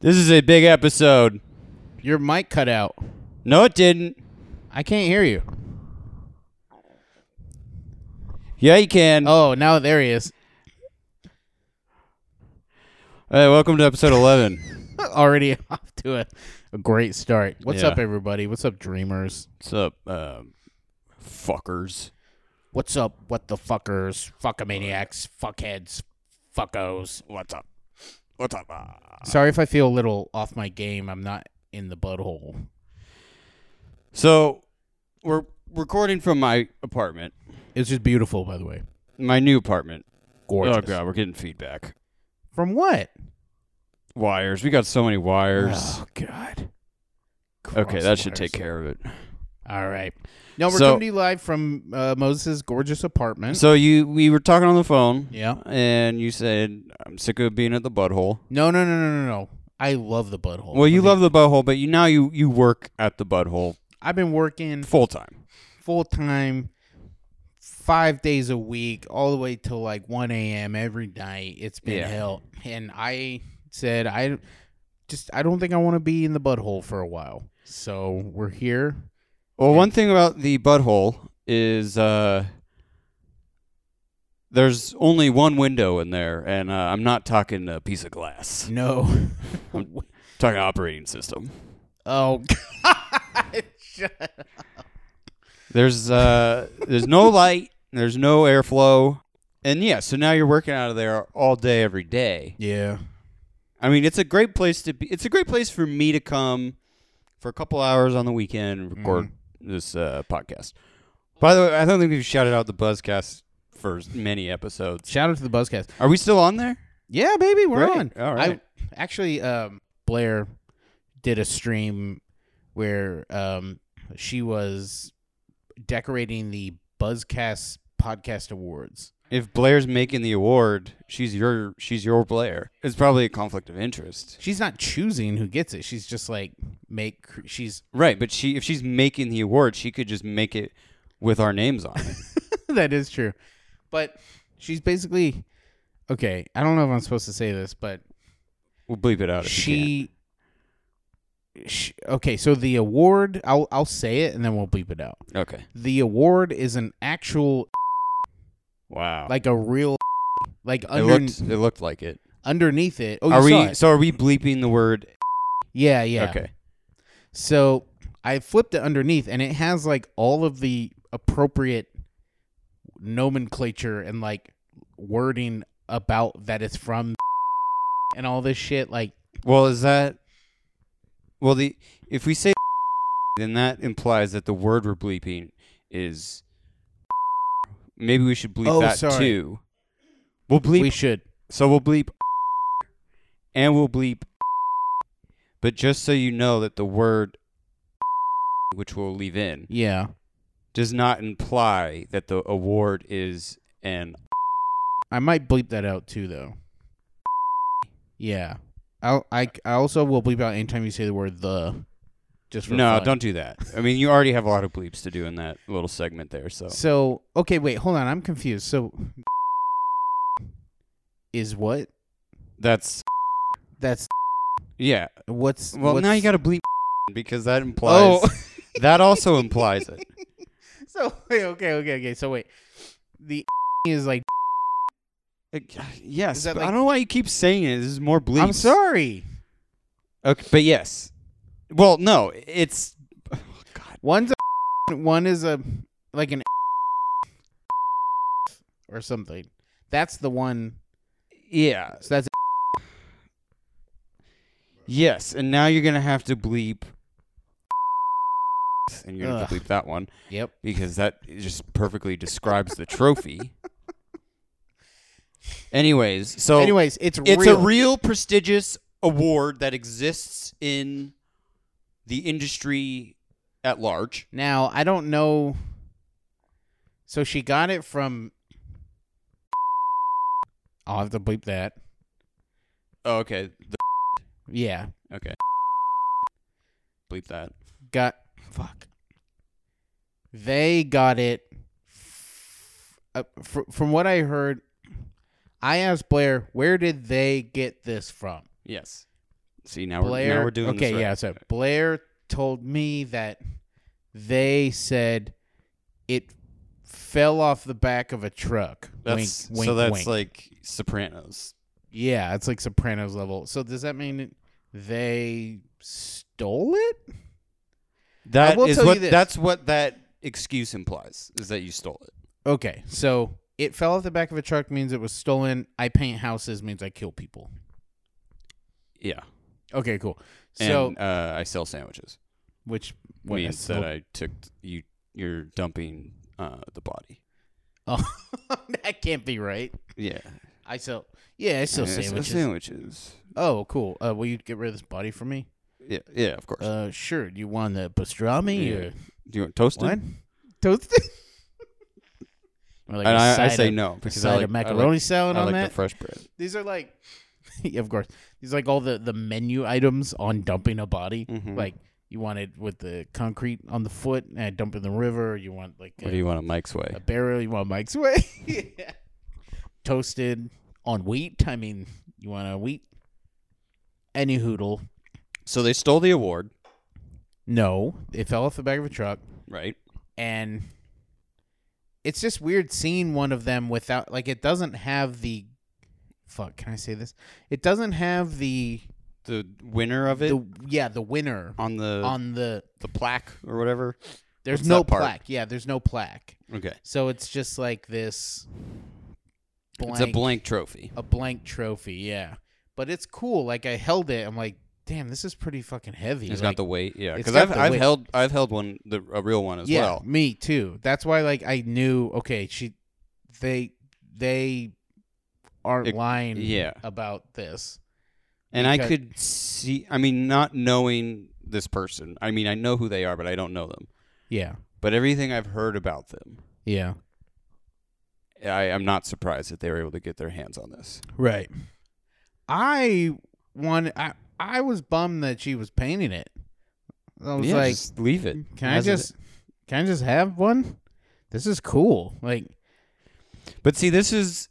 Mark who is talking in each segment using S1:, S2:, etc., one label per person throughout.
S1: This is a big episode.
S2: Your mic cut out.
S1: No, it didn't.
S2: I can't hear you.
S1: Yeah, you can.
S2: Oh, now there he is.
S1: Hey, welcome to episode 11.
S2: Already off to a, a great start. What's
S1: Yeah.
S2: up, everybody? What's up, dreamers?
S1: What's up, uh, fuckers?
S2: What's up, what the fuckers, fuckamaniacs, fuckheads, fuckos?
S1: What's up? What's up? Ah.
S2: Sorry if I feel a little off my game. I'm not in the butthole.
S1: So, we're recording from my apartment,
S2: It's just beautiful, by the way.
S1: my new apartment.
S2: Gorgeous.
S1: Oh, God, we're getting feedback.
S2: From what?
S1: Wires. We got so many wires.
S2: Oh, God.
S1: okay, that should
S2: Crosswires.
S1: take care of it.
S2: All right. No, we're
S1: So-
S2: coming to you live from uh, Moses' gorgeous apartment.
S1: So, you we were talking on the phone.
S2: yeah.
S1: And you said, I'm sick of being at the butthole.
S2: No, no, no, no, no, no. I love the butthole.
S1: Well, you
S2: Let me-
S1: love the butthole, but you now you, you work at the butthole
S2: I've been working
S1: full time.
S2: full time, five days a week, all the way till like one a.m. every night. It's been
S1: Yeah.
S2: hell, and I said I just I don't think I want to be in the butthole for a while. So we're here.
S1: Well,
S2: Yeah.
S1: one thing about the butthole is uh, there's only one window in there, and uh, I'm not talking a piece of glass.
S2: No.
S1: I'm talking operating system.
S2: oh. God. Shut-
S1: There's uh, there's no light, there's no airflow, and yeah. So now you're working out of there all day, every day.
S2: yeah.
S1: I mean, it's a great place to be. It's a great place for me to come for a couple hours on the weekend and record this uh, podcast. By the way, I don't think we've shouted out the Buzzcast for many episodes.
S2: Shout out to the Buzzcast.
S1: Are we still on there?
S2: Yeah, baby, we're
S1: Great.
S2: on.
S1: All right.
S2: I actually um, Blair did a stream where um, she was decorating the Buzzcast Podcast Awards.
S1: If Blair's making the award, she's your she's your Blair. It's probably a conflict of interest.
S2: She's not choosing who gets it. She's just like make. She's
S1: Right, but she if she's making the award, she could just make it with our names on it.
S2: that is true, but she's basically okay. I don't know if I'm supposed to say this, but
S1: We'll bleep it out if she
S2: she, she. Okay, so the award. I'll I'll say it and then we'll bleep it out.
S1: can. Okay.
S2: The award is an actual
S1: Wow.
S2: like a real like
S1: it
S2: under,
S1: looked it looked like it.
S2: underneath it. Oh, you
S1: are we
S2: saw it.
S1: so are we bleeping the word
S2: yeah, yeah.
S1: Okay.
S2: So I flipped it underneath, and it has like all of the appropriate nomenclature and like wording about that it's from and all this shit. Like,
S1: Well, is that Well, the if we say then that implies that the word we're bleeping is maybe we should bleep
S2: Oh,
S1: that
S2: sorry.
S1: too. We'll bleep
S2: we should.
S1: So we'll bleep and we'll bleep. But just so you know that the word which we'll leave in
S2: Yeah.
S1: does not imply that the award is an
S2: I might bleep that out too, though. Yeah. I'll, I, I also will bleep out anytime you say the word the. Just for
S1: No,
S2: fun.
S1: don't do that. I mean, you already have a lot of bleeps to do in that little segment there, so
S2: So okay, wait, hold on, I'm confused. So is what?
S1: that's
S2: That's
S1: yeah.
S2: what's
S1: Well, now
S2: what's-
S1: you got to bleep because that implies
S2: oh.
S1: that also implies it.
S2: so wait, okay, okay, okay. So wait, the is like
S1: Like, Uh, yes,
S2: that
S1: but I
S2: like-
S1: don't know why you keep saying it. This is more bleeps.
S2: I'm sorry.
S1: Okay, but yes. Well, no, it's
S2: One's a one is a like an or something. That's the one.
S1: yeah.
S2: So that's
S1: Yes, and now you're gonna have to bleep, and you're gonna have to
S2: Ugh.
S1: bleep that one
S2: yep.
S1: because that just perfectly describes the trophy. Anyways, so
S2: Anyways, it's
S1: it's
S2: real.
S1: a real prestigious award that exists in the industry at large.
S2: Now, I don't know. So she got it from. I'll have to bleep that.
S1: Oh, okay, the,
S2: Yeah.
S1: okay, bleep that.
S2: Got. Fuck. They got it. f- Uh, fr- from what I heard, I asked Blair, where did they get this from?
S1: Yes, See now we're
S2: Blair.
S1: now we're doing
S2: okay,
S1: this right.
S2: yeah. So Blair told me that they said it fell off the back of a truck.
S1: That's,
S2: wink, wink,
S1: so that's
S2: wink.
S1: like Sopranos.
S2: yeah, it's like Sopranos level. So does that mean they stole it?
S1: That
S2: will
S1: is
S2: tell you
S1: what
S2: this.
S1: that's what that excuse implies is that you stole it.
S2: Okay, so it fell off the back of a truck means it was stolen. I paint houses means I kill people.
S1: Yeah.
S2: Okay, cool. So
S1: And uh, I sell sandwiches.
S2: which what,
S1: means
S2: so-
S1: that I took you you're dumping uh, the body.
S2: Oh, that can't be right.
S1: Yeah.
S2: I sell. Yeah, I sell
S1: Yeah, I sell
S2: sandwiches.
S1: sandwiches.
S2: Oh, cool. Uh, will you get rid of this body for me?
S1: Yeah, yeah, of course.
S2: Uh, sure. Do you want the pastrami
S1: Yeah.
S2: or
S1: Do you want toasted?
S2: what? Toasted? or like a
S1: and I, I
S2: side
S1: say
S2: of,
S1: no
S2: a
S1: because
S2: side
S1: I like
S2: of macaroni
S1: I like,
S2: salad
S1: I
S2: on
S1: like
S2: that.
S1: the fresh bread.
S2: These are like, yeah, of course. These are like all the the menu items on dumping a body.
S1: Mhm.
S2: Like you want it with the concrete on the foot and I dump in the river. You want like
S1: What
S2: a,
S1: do you want on Mike's way?
S2: a barrel. You want Mike's way. yeah. Toasted on wheat. I mean, you want a wheat. Any hoodle.
S1: So they stole the award,
S2: No, it fell off the back of a truck.
S1: right?
S2: and it's just weird seeing one of them without like it doesn't have the fuck can i say this it doesn't have the,
S1: The winner of it
S2: the yeah the winner
S1: on the
S2: on the
S1: the plaque or whatever.
S2: there's
S1: what's
S2: no
S1: that part?
S2: plaque yeah there's no plaque
S1: Okay.
S2: so it's just like this blank,
S1: It's a blank trophy.
S2: a blank trophy yeah but it's cool like i held it i'm like damn this is pretty fucking heavy
S1: It's
S2: like,
S1: got the weight, yeah.
S2: it's
S1: Because
S2: got
S1: I've,
S2: the
S1: I've
S2: weight.
S1: held I've held one the a real one as
S2: yeah,
S1: well.
S2: Me too. That's why like I knew okay, she they they aren't
S1: It-
S2: lying
S1: yeah.
S2: about this.
S1: And I
S2: because-
S1: could see. I mean, not knowing this person. I mean, I know who they are, but I don't know them.
S2: Yeah.
S1: But everything I've heard about them,
S2: Yeah.
S1: I, I'm not surprised that they were able to get their hands on this.
S2: Right. I want I I was bummed that she was painting it. I was
S1: yeah,
S2: like,
S1: just leave it.
S2: can I
S1: As it-
S2: just can I just have one? This is cool. Like
S1: But see, this is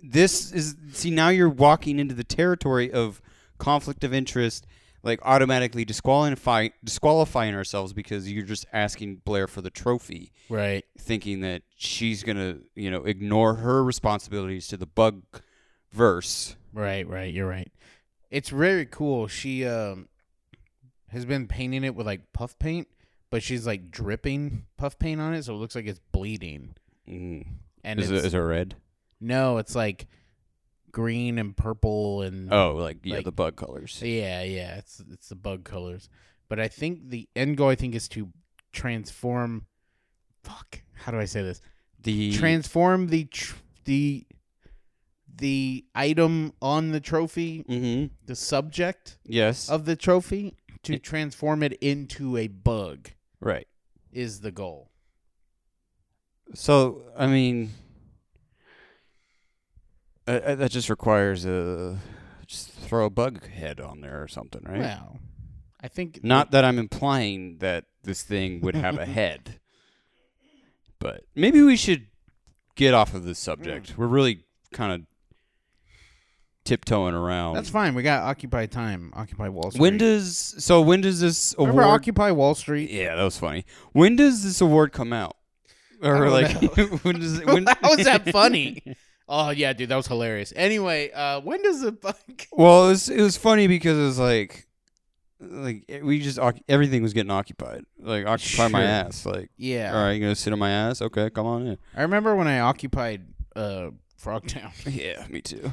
S1: this is see now you're walking into the territory of conflict of interest, like automatically disqualifying disqualifying ourselves because you're just asking Blair for the trophy,
S2: right.
S1: thinking that she's gonna you know ignore her responsibilities to the bug verse.
S2: Right, right, you're right. It's very cool. She um has been painting it with like puff paint, but she's like dripping puff paint on it, so it looks like it's bleeding.
S1: Mm.
S2: And
S1: Is,
S2: it's,
S1: it, is it red?
S2: no, it's like green and purple and
S1: Oh, like yeah,
S2: Like-
S1: the bug colors.
S2: yeah, yeah. It's it's the bug colors, but I think the end goal I think is to transform. Fuck, how do I say this?
S1: The
S2: Transform the tr- the the item on the trophy,
S1: hmm
S2: the subject
S1: Yes.
S2: of the trophy to
S1: It-
S2: transform it into a bug
S1: right.
S2: is the goal.
S1: So I mean, uh, uh, that just requires a just throw a bug head on there or something, right?
S2: Well, I think
S1: Not that I'm implying that this thing would have a head, but maybe we should get off of this subject. We're really kind of tiptoeing around.
S2: that's fine. We got Occupy Time, Occupy Wall Street.
S1: When does so when does this
S2: remember
S1: award?
S2: Occupy Wall Street?
S1: yeah, that was funny. When does this award come out? Or
S2: don't
S1: like when does it, when
S2: How was that funny? oh yeah, dude, that was hilarious. Anyway, uh, when does the bug?
S1: Well, it was, it was funny because it was like, like it- we just occu- everything was getting occupied. Like occupy my
S2: Sure.
S1: ass. Like,
S2: Yeah,
S1: all right, you gonna sit on my ass? Okay, come on in.
S2: I remember when I occupied uh, Frogtown,
S1: Yeah, me too.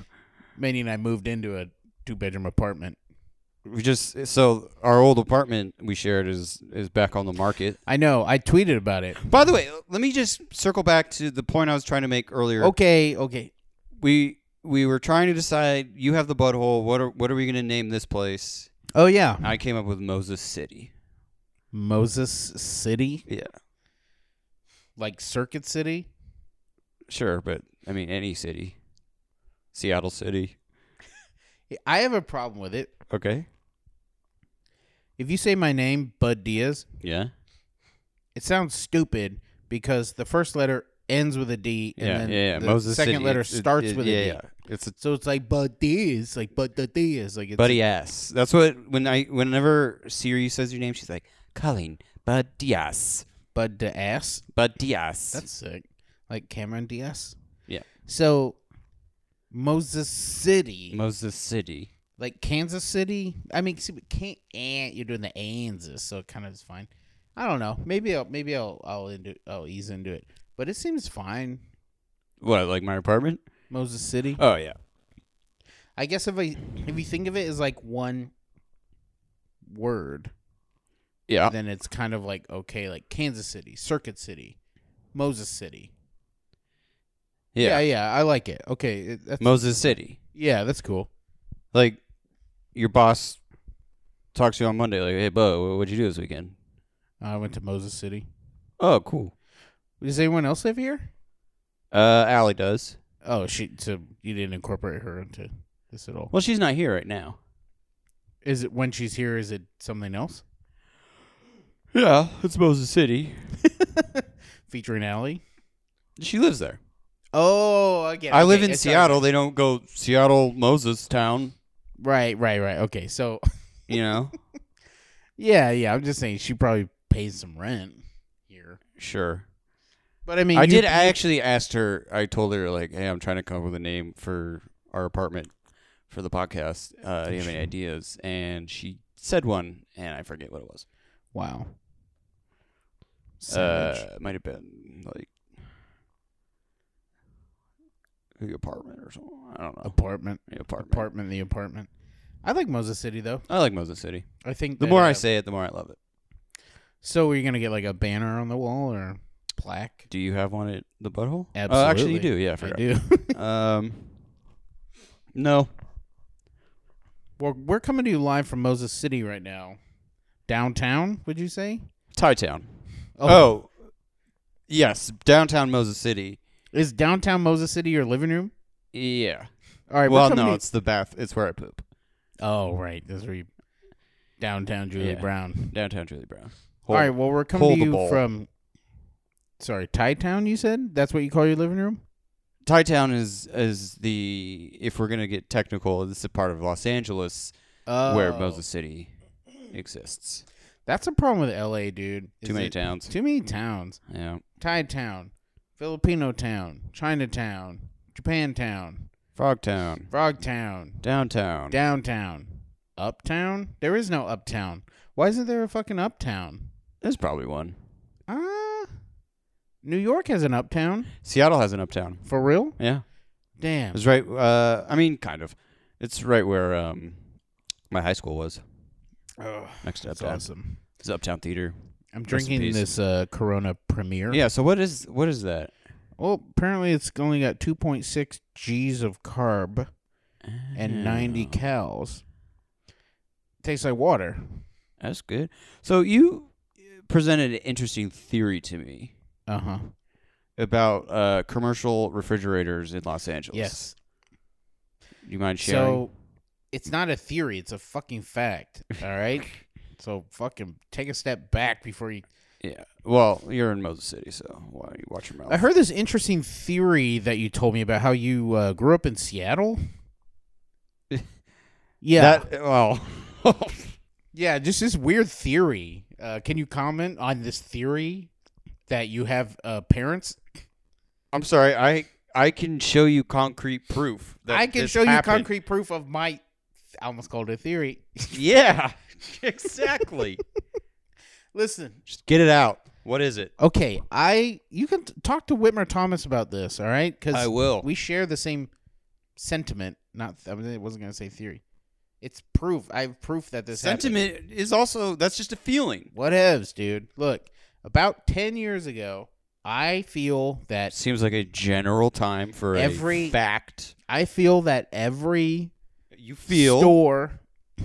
S2: Manny and I moved into a two bedroom apartment.
S1: We just so our old apartment we shared is is back on the market.
S2: I know. I tweeted about it.
S1: By the way, let me just circle back to the point I was trying to make earlier.
S2: Okay, okay.
S1: We we were trying to decide. You have the butthole. What are what are we gonna name this place?
S2: Oh yeah,
S1: I came up with Moses City.
S2: Moses City,
S1: Yeah,
S2: like Circuit City.
S1: sure, but I mean any city, Seattle City.
S2: I have a problem with it.
S1: Okay.
S2: If you say my name, Bud Diaz,
S1: Yeah.
S2: it sounds stupid because the first letter ends with a D and
S1: yeah,
S2: then
S1: yeah, yeah.
S2: the
S1: Moses
S2: second
S1: City.
S2: letter
S1: It's- it-
S2: starts
S1: it-
S2: with E.
S1: yeah,
S2: a D.
S1: yeah. It's a
S2: So it's like, but this, like, but the this, like, it's
S1: buddy ass. That's what when I whenever Siri says your name, she's like Colleen Buddias,
S2: but the ass.
S1: Buddias.
S2: That's sick. Like Cameron Diaz.
S1: Yeah.
S2: So Moses City,
S1: Moses City.
S2: like Kansas City. I mean, see, but can't and you're doing the Anses, so it kind of is fine. I don't know. Maybe I'll maybe I'll I'll into I'll ease into it, but it seems fine.
S1: What like my apartment?
S2: Moses City.
S1: Oh yeah,
S2: I guess if I if you think of it as like one word,
S1: yeah.
S2: then it's kind of like okay, like Kansas City, Circuit City, Moses City.
S1: Yeah.
S2: yeah, I like it. Okay, it, that's,
S1: Moses City.
S2: yeah, that's cool.
S1: Like your boss talks to you on Monday, like, "Hey, Bo, what'd you do this weekend?"
S2: I went to Moses City.
S1: Oh, cool.
S2: Does anyone else live here?
S1: Uh, Allie does.
S2: Oh, she. So you didn't incorporate her into this at all.
S1: Well, she's not here right now.
S2: Is it when she's here? Is it something else
S1: Yeah, it's Moses City.
S2: featuring Allie?
S1: She lives there.
S2: Oh, I get. it.
S1: I live
S2: Okay,
S1: in
S2: it's not-
S1: Seattle. They don't go Seattle Moses Town.
S2: Right, right, right. Okay, so
S1: You know,
S2: yeah, yeah. I'm just saying she probably pays some rent here.
S1: sure.
S2: But I mean,
S1: I
S2: you-
S1: did. I actually asked her. I told her like, "Hey, I'm trying to come up with a name for our apartment for the podcast. Uh,
S2: Oh,
S1: do you have any ideas?" And she said one, and I forget what it was.
S2: Wow. Savage.
S1: Uh, it might have been like the apartment or something. I don't know.
S2: apartment,
S1: Yeah, apartment.
S2: apartment, the apartment. I like Moses City though.
S1: I like Moses City.
S2: I think
S1: The
S2: that,
S1: more I
S2: uh,
S1: say it, the more I love it.
S2: So are you gonna get like a banner on the wall or plaque?
S1: Do you have one at the butthole?
S2: Absolutely.
S1: Uh, actually, you do. Yeah, I forgot.
S2: do.
S1: Um, no.
S2: well, we're coming to you live from Moses City right now, downtown. Would you say?
S1: Tie Town.
S2: Oh,
S1: Oh. yes, downtown Moses City.
S2: is downtown Moses City your living room?
S1: Yeah.
S2: All right. we're
S1: well,
S2: coming
S1: no,
S2: to-
S1: it's the bath. It's where I poop.
S2: oh, right. That's where you. Downtown Julie
S1: Yeah.
S2: Brown.
S1: Downtown Julie Brown.
S2: All right. Well, we're coming to
S1: hold the
S2: you
S1: ball.
S2: from. Sorry, Thai Town. You said that's what you call your living room.
S1: Tie Town is is the if we're gonna get technical, this is a part of Los Angeles
S2: Oh.
S1: where Moses City exists.
S2: That's a problem with LA, dude. is
S1: Too many
S2: it-
S1: towns.
S2: Too many towns.
S1: yeah.
S2: Thai town, Filipino town, Chinatown, Japantown,
S1: Frog Town.
S2: Frog town,
S1: Downtown.
S2: downtown, uptown. There is no uptown. Why isn't there a fucking uptown?
S1: There's probably one.
S2: Ah, New York has an uptown
S1: Seattle has an uptown.
S2: for real.
S1: Yeah.
S2: Damn.
S1: It's right uh I mean kind of. It's right where um my high school was.
S2: Oh,
S1: Next to
S2: that's
S1: Uptown.
S2: awesome.
S1: It's Uptown Theater.
S2: I'm
S1: Rest in
S2: drinking
S1: peace.
S2: this uh, Corona Premier.
S1: Yeah, so what is what is that?
S2: Well, apparently it's only got 2.6 G's of carb. and 90
S1: Oh,
S2: cows. Tastes like water.
S1: That's good. So you presented an interesting theory to me
S2: Uh
S1: Uh-huh.
S2: huh.
S1: about uh, commercial refrigerators in Los Angeles. Do you mind sharing?
S2: So it's not a theory, it's a fucking fact. All right. so fucking take a step back before you.
S1: yeah. Well, you're in Moses City, so why you watch your mouth?
S2: I heard this interesting theory that you told me about how you uh, grew up in Seattle. yeah.
S1: That well.
S2: yeah. Just this weird theory. Uh, can you comment on this theory that you have uh, parents
S1: I'm sorry. I I can show you concrete proof that
S2: I can
S1: this
S2: show you
S1: happened.
S2: concrete proof of my. I almost called it a theory.
S1: Yeah. Exactly.
S2: Listen,
S1: Just get it out. What is it?
S2: okay, I you can t- talk to Whitmer Thomas about this, all right?
S1: I
S2: Because
S1: will.
S2: we share the same sentiment. Not, I mean, I wasn't gonna say theory. It's proof. I have proof that this happened.
S1: Sentiment is also that's just a feeling.
S2: Whatevs, dude. Look, about ten years ago, I feel that
S1: Seems like a general time for
S2: Every-
S1: a fact.
S2: I feel that every
S1: You feel
S2: store.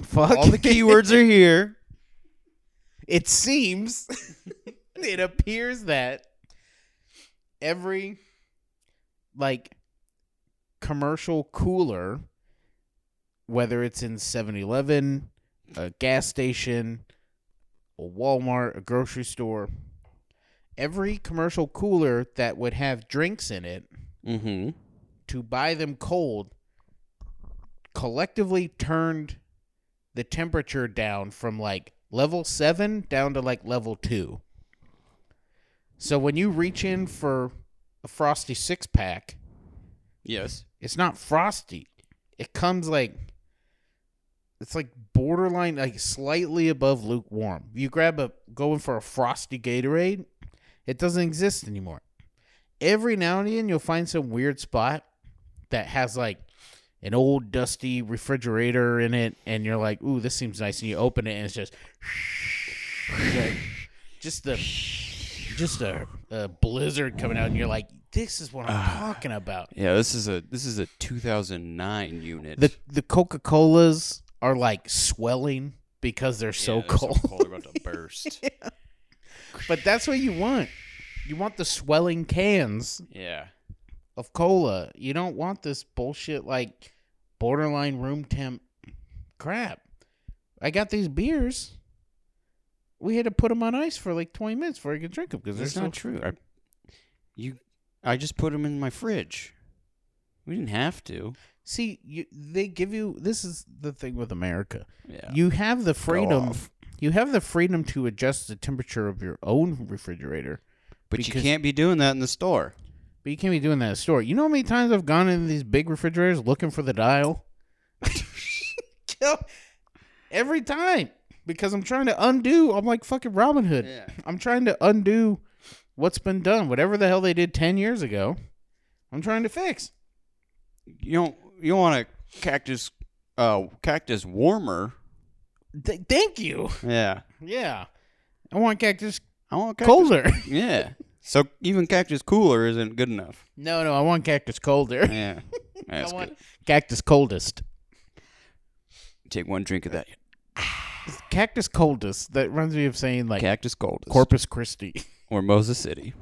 S2: Fuck
S1: All the keywords are here.
S2: it seems it appears that every like commercial cooler whether it's in 7-eleven a gas station a walmart a grocery store every commercial cooler that would have drinks in it
S1: Mm-hmm.
S2: to buy them cold collectively turned the temperature down from like level seven down to like level two. So when you reach in for a frosty six pack,
S1: Yes.
S2: it's not frosty. It comes like it's like borderline, like slightly above lukewarm. You grab a going for a frosty Gatorade, it doesn't exist anymore. Every now and then you'll find some weird spot that has like an old dusty refrigerator in it, and you're like, "Ooh, this seems nice," and you open it, and it's just like, just the just a, a blizzard coming out, and you're like, "This is what I'm talking about."
S1: Yeah, this is a this is a 2009 unit.
S2: the the Coca Colas are like swelling because they're so cold.
S1: They're about to burst.
S2: but that's what you want. You want the swelling cans
S1: yeah.
S2: of cola. You don't want this bullshit like borderline room temp crap. I got these beers. We had to put them on ice for like twenty minutes before I could drink them because
S1: That's
S2: they're
S1: not
S2: so-
S1: true. I, you, I just put them in my fridge. We didn't have to.
S2: See, you, they give you. This is the thing with America.
S1: Yeah.
S2: you have the freedom
S1: off.
S2: you have the freedom to adjust the temperature of your own refrigerator
S1: but you
S2: because-
S1: can't be doing that in the store.
S2: but you can't be doing that at a store you know how many times i've gone into these big refrigerators looking for the dial every time because i'm trying to undo i'm like fucking robin hood
S1: Yeah.
S2: i'm trying to undo what's been done whatever the hell they did 10 years ago i'm trying to fix
S1: You don't. You don't want a cactus. Uh, cactus warmer.
S2: Th- thank you
S1: Yeah.
S2: yeah i want cactus
S1: I want cactus.
S2: colder
S1: Yeah. So even cactus cooler isn't good enough.
S2: no no i want cactus colder
S1: Yeah. That's
S2: i want
S1: good.
S2: cactus coldest
S1: Take one drink of that.
S2: Cactus Coldus. That reminds me of saying like
S1: Cactus coldest.
S2: Corpus Christi.
S1: or Moses City.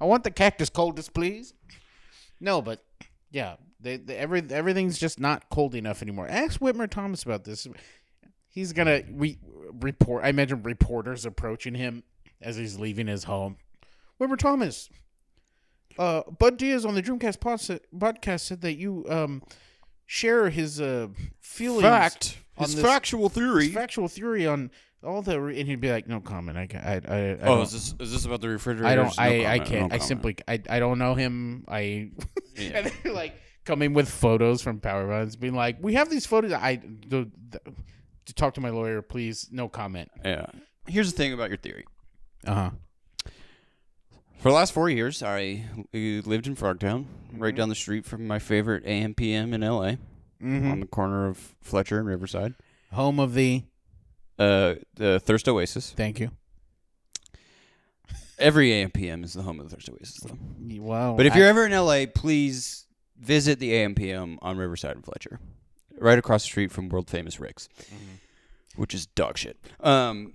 S2: I want the Cactus Coldus, please. No, but yeah, they, they, every everything's just not cold enough anymore. Ask Whitmer Thomas about this. He's gonna we report. I imagine reporters approaching him as he's leaving his home. Whitmer Thomas. Uh, Bud Diaz on the Dreamcast pod- podcast said that you um share his uh feelings on this-
S1: factual theory.
S2: factual theory on all the and he'd be like no comment i ca- i i, I
S1: oh,
S2: don't-
S1: is this is this about the refrigerator?
S2: I don't. I, I can't. I simply. I, I. don't know him. I.
S1: Yeah.
S2: and they're like coming with photos from Power Runs, being like, "We have these photos." I. The, the, to talk to my lawyer, please. No comment.
S1: Yeah. Here's the thing about your theory.
S2: Uh huh.
S1: For the last four years, I lived in Frogtown,
S2: Mm-hmm.
S1: right down the street from my favorite AMPM in LA,
S2: hmm
S1: on the corner of Fletcher and Riverside,
S2: Home of the.
S1: uh, the Thirst Oasis.
S2: Thank you.
S1: Every AMPM is the home of the Thirst Oasis, though.
S2: Wow.
S1: But if you're ever in LA, please visit the AMPM on Riverside and Fletcher, right across the street from world famous Rick's,
S2: Mm-hmm.
S1: which is dog shit. Um,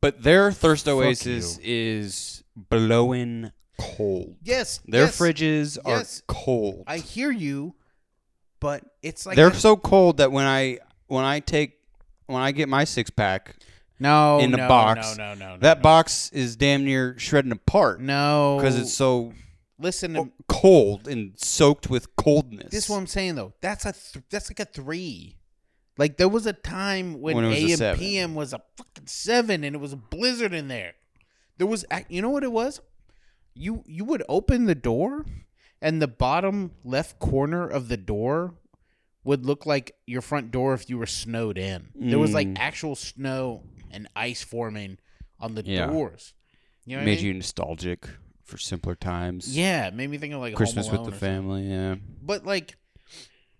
S1: but their Thirst Oasis is blowing cold.
S2: yes,
S1: Their
S2: yes,
S1: fridges
S2: yes.
S1: are cold.
S2: I hear you, but it's like
S1: They're so cold that when I when I take when I get my six pack,
S2: no
S1: in the
S2: no,
S1: box.
S2: No, no, no, no.
S1: that
S2: no.
S1: box is damn near shredding apart
S2: No,
S1: because it's so
S2: listen to
S1: cold and soaked with coldness.
S2: This is what I'm saying though. That's a th- that's like a three. Like there was a time when,
S1: When it was a
S2: AM
S1: seven.
S2: PM was a fucking seven, and it was a blizzard in there. There was, ac- you know what it was? You you would open the door, and the bottom left corner of the door would look like your front door if you were snowed in. There was like
S1: Mm.
S2: actual snow and ice forming on the
S1: Yeah.
S2: doors. You know what
S1: made
S2: I mean?
S1: you nostalgic for simpler times.
S2: yeah, it made me think of like Home
S1: Christmas with
S2: Alone
S1: the
S2: or something
S1: family. Yeah.
S2: but like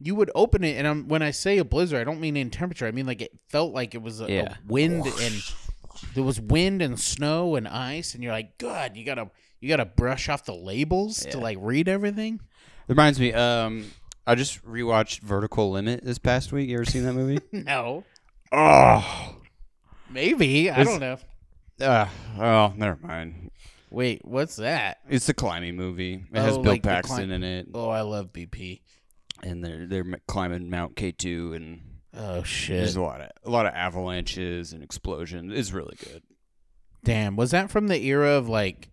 S2: you would open it and I'm, when i say a blizzard i don't mean in temperature i mean like it felt like it was a, a
S1: Yeah.
S2: wind and there was wind and snow and ice and you're like god you gotta you gotta brush off the labels to
S1: Yeah.
S2: like read everything
S1: Reminds me. Um, I just rewatched Vertical Limit this past week. You ever seen that movie?
S2: no
S1: oh.
S2: maybe i
S1: Is-
S2: don't know
S1: Uh, oh, never mind.
S2: wait what's that
S1: It's a climbing movie. It has
S2: Oh,
S1: Bill
S2: like the
S1: Paxton
S2: climb-
S1: in it,
S2: oh i love bp
S1: and they're they're m- climbing Mount K two, and
S2: oh
S1: there's
S2: shit
S1: a lot of a lot of avalanches and explosions. It's really good.
S2: damn was that from the era of like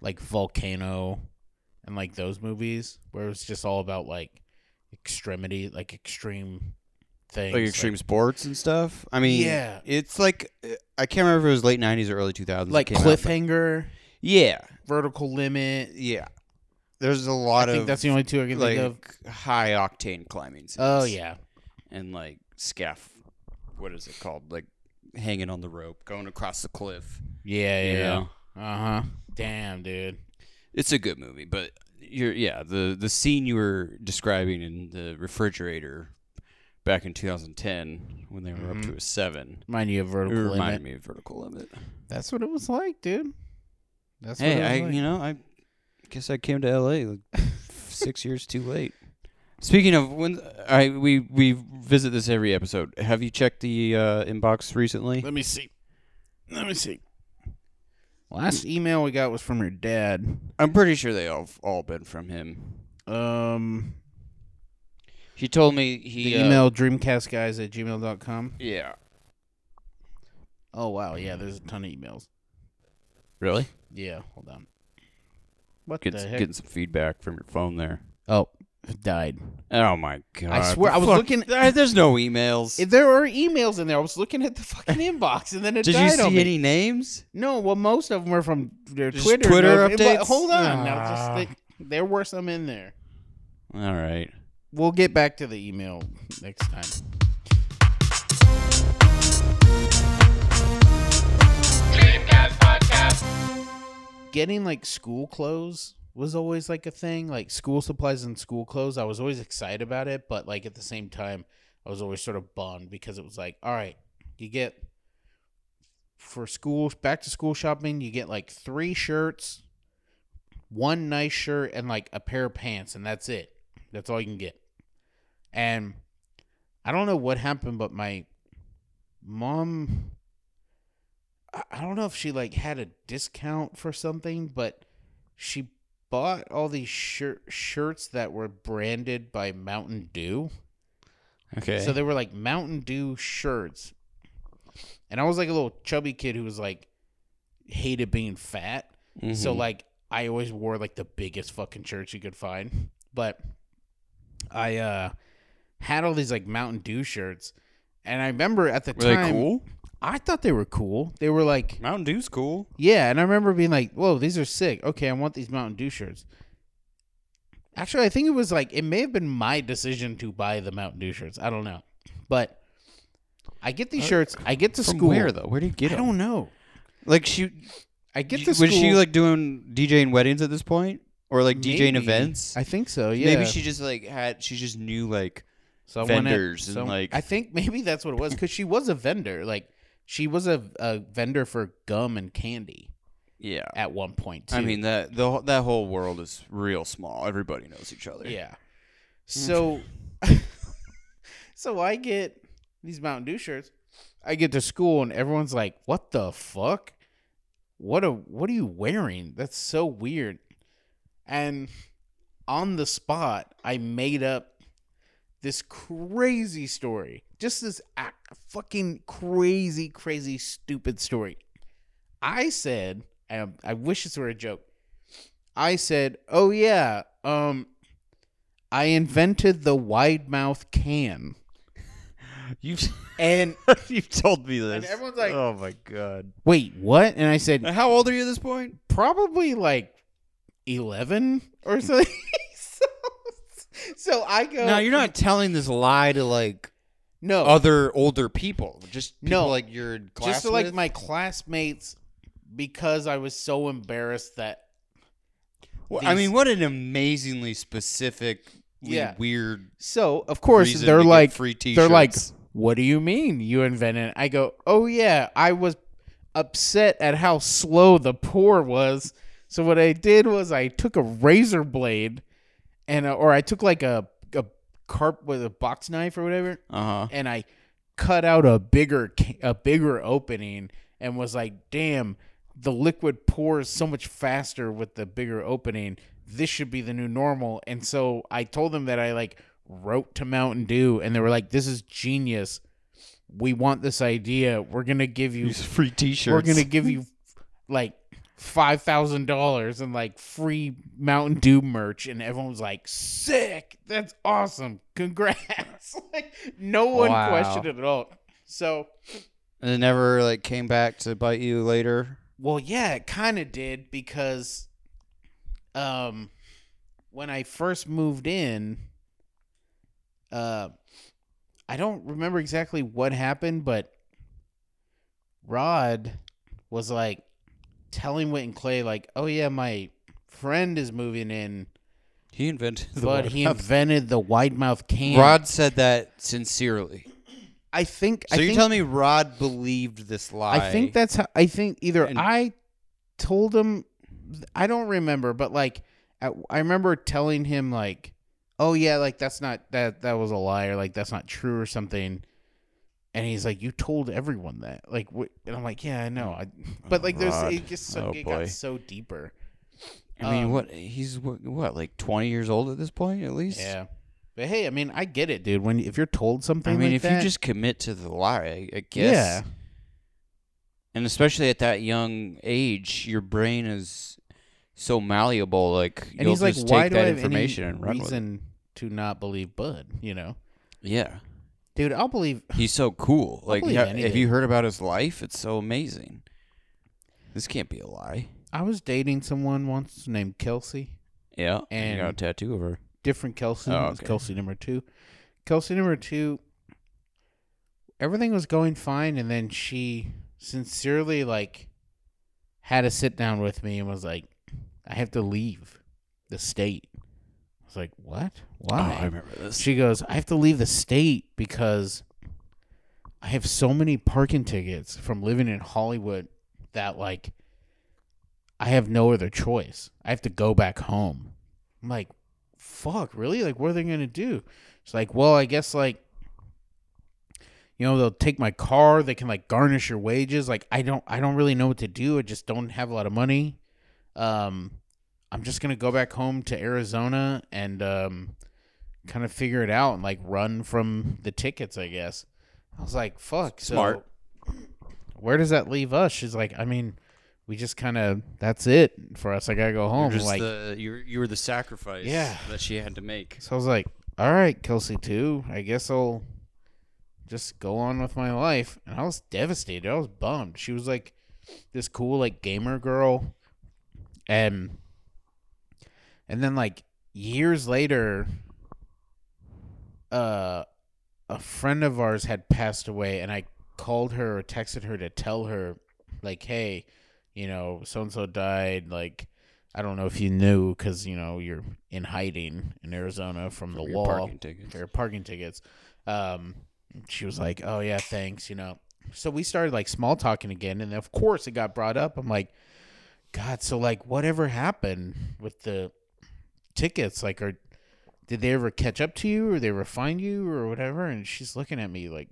S2: like volcano and like those movies where it was just all about like extremity, like extreme things,
S1: like extreme sports and stuff. I mean,
S2: Yeah.
S1: it's like uh, I can't remember if it was late '90s or early 2000s. it
S2: like,
S1: came out, but-
S2: cliffhanger,
S1: yeah,
S2: vertical limit.
S1: yeah. There's a
S2: I
S1: lot
S2: think
S1: of
S2: that's the only two I can
S1: like
S2: think of.
S1: high octane climbing. Scenes
S2: Oh yeah,
S1: and like scaff. What is it called? Like hanging on the rope, going across the cliff.
S2: yeah,
S1: you
S2: yeah.
S1: know?
S2: Uh huh. Damn, dude.
S1: It's a good movie, but you're yeah the the scene you were describing in the refrigerator back in 2010 when they were up
S2: Mhm.
S1: to a seven.
S2: Mind you, a
S1: It
S2: vertical
S1: reminded
S2: limit.
S1: me of Vertical Limit.
S2: That's what it was like, dude. That's
S1: hey,
S2: what it
S1: I
S2: was like.
S1: you know I guess I came to L.A. like six years too late. Speaking of when I we we visit this every episode. Have you checked the uh, inbox recently?
S2: Let me see. Let me see.
S1: Hmm.
S2: Last email we got was from your dad.
S1: I'm pretty sure they all all been from him.
S2: Um,
S1: He told me
S2: the
S1: he uh,
S2: email dreamcastguys at gmail.com.
S1: yeah.
S2: Oh, wow. Yeah, there's a ton of emails.
S1: Really?
S2: Yeah, hold on. What
S1: Getting,
S2: the
S1: s-
S2: heck?
S1: getting some feedback from your phone there.
S2: Oh, it died.
S1: Oh my god!
S2: swear, I was
S1: Fuck.
S2: looking-
S1: There- There's no emails.
S2: There are emails in there. I was looking at the fucking inbox and then it
S1: Did
S2: died
S1: you
S2: on
S1: see
S2: me.
S1: any names?
S2: No, well, most of them were from their
S1: Just
S2: Twitter. no,
S1: Twitter
S2: but
S1: updates?
S2: Hold on. Now,
S1: Ah.
S2: just think, there were some in there.
S1: All right.
S2: We'll get back to the email next time. Getting like school clothes was always like a thing, like school supplies and school clothes. I was always excited about it, but like at the same time, I was always sort of bummed because it was like, all right, you get for school back to school shopping, you get like three shirts, one nice shirt, and like a pair of pants, and that's it. That's all you can get. And I don't know what happened, but my mom, I I don't know if she like had a discount for something, but she bought all these shir- shirts that were branded by Mountain Dew.
S1: Okay.
S2: So they were like Mountain Dew shirts. And I was like a little chubby kid who was like hated being fat. So
S1: Mhm.
S2: like I always wore like the biggest fucking shirts you could find. But I uh had all these like Mountain Dew shirts. And I remember at the
S1: were they
S2: time
S1: cool?
S2: I thought they were cool. They were like
S1: Mountain Dew's cool.
S2: yeah, and I remember being like, "Whoa, these are sick. Okay, I want these Mountain Dew shirts." Actually, I think it was like it may have been my decision to buy the Mountain Dew shirts. I don't know, but I get these
S1: Uh,
S2: shirts. I get to
S1: From
S2: school.
S1: where though? Where did you
S2: I
S1: get them?
S2: don't know.
S1: Like she
S2: I get
S1: y-
S2: to
S1: was
S2: school.
S1: she like doing DJing weddings at this point, or like DJing
S2: Maybe.
S1: events?
S2: I think so. Yeah.
S1: Maybe she just like had she just knew like
S2: Someone at-
S1: vendors and, like-
S2: I think maybe that's what it was because she was a vendor. Like she was a, a vendor for gum and candy
S1: yeah.
S2: at one point. Too.
S1: I mean that the whole- that whole world is real small. Everybody knows each other.
S2: Yeah. So, so I get these Mountain Dew shirts. I get to school and everyone's like, "What the fuck? What a what are you wearing? That's so weird." And on the spot, I made up this crazy story. Just this ac- fucking crazy, crazy, stupid story. I said, I, I wish this were a joke. I said, "Oh yeah, um, I invented the wide mouth can.
S1: You've
S2: And
S1: you've told me this.
S2: everyone's like-
S1: "Oh my god!"
S2: wait, what? And I said,
S1: How old are you at this point?
S2: probably like 11 or something. so, so I go,
S1: No, you're not telling this lie to like
S2: no,
S1: Oh. other older people. Just people
S2: No.
S1: like your in class.
S2: just to like
S1: with?
S2: my classmates because I was so embarrassed that
S1: Well, I
S2: these-
S1: mean, what an amazingly specific,
S2: Yeah.
S1: weird.
S2: So of course
S1: reason
S2: they're
S1: to get
S2: like
S1: free
S2: They're like,
S1: t-shirts.
S2: what do you mean you invented? It? I go, oh yeah, I was upset at how slow the pour was. So what I did was I took a razor blade, and uh or I took like a a carp with a box knife or whatever,
S1: Uh huh.
S2: and I cut out a bigger ca- a bigger opening and was like, "Damn, the liquid pours so much faster with the bigger opening. This should be the new normal." And so I told them that I like wrote to Mountain Dew and they were like, "This is genius. We want this idea. We're going to give you
S1: free T-shirts.
S2: we're going to give you like five thousand dollars and like free Mountain Dew merch, and everyone was like, "Sick! That's awesome! Congrats!" like no one
S1: Wow.
S2: questioned it at all. So,
S1: And it never like came back to bite you later.
S2: well, yeah, it kind of did because, um, when I first moved in, uh, I don't remember exactly what happened, but Rod was like telling Whit and Clay, like, "Oh yeah, my friend is moving in."
S1: He invented the
S2: but
S1: word.
S2: he invented the wide mouth can.
S1: Rod said that sincerely.
S2: I think.
S1: So
S2: I
S1: you're
S2: think,
S1: telling me Rod believed this lie?
S2: I think that's how. I think either
S1: And-
S2: I told him. I don't remember, but like I, I remember telling him like, "Oh yeah, like that's not that that was a lie or like that's not true or something." And he's like, "You told everyone that." Like, what? and I'm like, "Yeah, I know." I, but
S1: Oh,
S2: like, there's
S1: Rod.
S2: it just so,
S1: Oh,
S2: it
S1: boy.
S2: got so deeper.
S1: I mean,
S2: um,
S1: what he's what, what like 20 years old at this point, at least.
S2: Yeah. But hey, I mean, I get it, dude. When if you're told something,
S1: I mean,
S2: like
S1: if
S2: that-
S1: you just commit to the lie, I, I guess.
S2: yeah,
S1: and especially at that young age, your brain is so malleable. Like
S2: And
S1: you'll
S2: he's like,
S1: just
S2: "Why
S1: take
S2: do
S1: that
S2: I have
S1: information
S2: any
S1: and run with it.
S2: reason to not believe Bud? You know,
S1: Yeah,
S2: dude, I'll believe.
S1: he's so cool. Like,
S2: believe
S1: yeah, have
S2: anything.
S1: you heard about his life? It's so amazing. This can't be a lie.
S2: I was dating someone once named Kelsey,
S1: Yeah, you got a
S2: And-
S1: tattoo of her.
S2: different Kelsey,
S1: Oh,
S2: it was
S1: okay.
S2: Kelsey number two, Kelsey number two. Everything was going fine, and then she sincerely like had a sit down with me and was like, "I have to leave the state." I was like, "What? Why?"
S1: Oh, I remember this.
S2: She goes, I have to leave the state because I have so many parking tickets from living in Hollywood that like I have no other choice. I have to go back home. I'm like, fuck, really? Like what are they gonna do? She's like, Well, I guess like you know, they'll take my car, they can like garnish your wages. Like I don't I don't really know what to do. I just don't have a lot of money. Um I'm just gonna go back home to Arizona and um kind of figure it out and like run from the tickets, I guess. I was like, fuck. So
S1: Smart.
S2: where does that leave us? She's like, I mean, we just kind of that's it for us. I gotta go home. like,
S1: the you you were the sacrifice
S2: Yeah.
S1: that she had to make.
S2: so I was like, all right, Kelsey, too. I guess I'll just go on with my life. And I was devastated. I was bummed. She was like this cool like gamer girl, and and then like years later, uh, a friend of ours had passed away, and I called her or texted her to tell her like, hey, you know, so and so died. Like, I don't know if you knew because you know you're in hiding in Arizona from, the
S1: Your
S2: law
S1: parking tickets.
S2: for parking tickets. Um, she was like, "Oh yeah, thanks," you know. So we started like small talking again, and of course it got brought up. I'm like, "God, so like whatever happened with the tickets? Like, are did they ever catch up to you, or they ever find you, or whatever?" And she's looking at me like,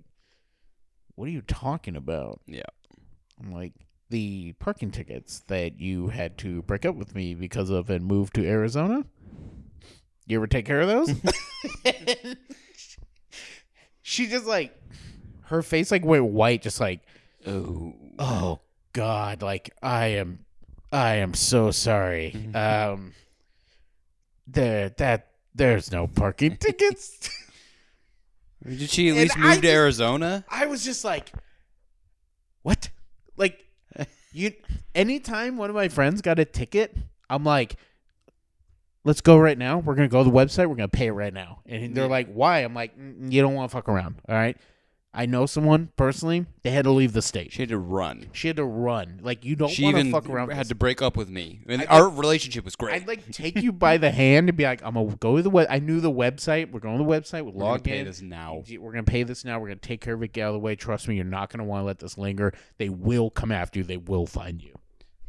S2: "What are you talking about?"
S1: Yeah.
S2: I'm like, "The parking tickets that you had to break up with me because of and move to Arizona." You ever take care of those? she just like her face like went white, just like
S1: Oh,
S2: oh god, like I am, I am so sorry. Um, there that there's no parking tickets.
S1: did she at
S2: And
S1: least
S2: I
S1: move to
S2: just-
S1: Arizona?
S2: I was just like, what? Like, you. Anytime one of my friends got a ticket, I'm like, let's go right now. We're gonna go to the website. We're gonna pay it right now. And they're
S1: Yeah.
S2: like, why? I'm like, "Mm, you don't want to fuck around. All right. I know someone personally. They had to leave the state.
S1: She had to run.
S2: She had to run. Like you don't
S1: she
S2: want
S1: even
S2: to fuck around.
S1: had to break up with me, and
S2: I'd
S1: our relationship was great.
S2: I'd like take you by the hand and be like, I'm gonna go to the web. I knew the website. We're going to the website. We'll
S1: We're gonna
S2: log
S1: pay
S2: in.
S1: this now.
S2: Gee, We're gonna pay this now. We're gonna take care of it. Get out of the way. Trust me, you're not gonna want to let this linger. They will come after you. They will find you.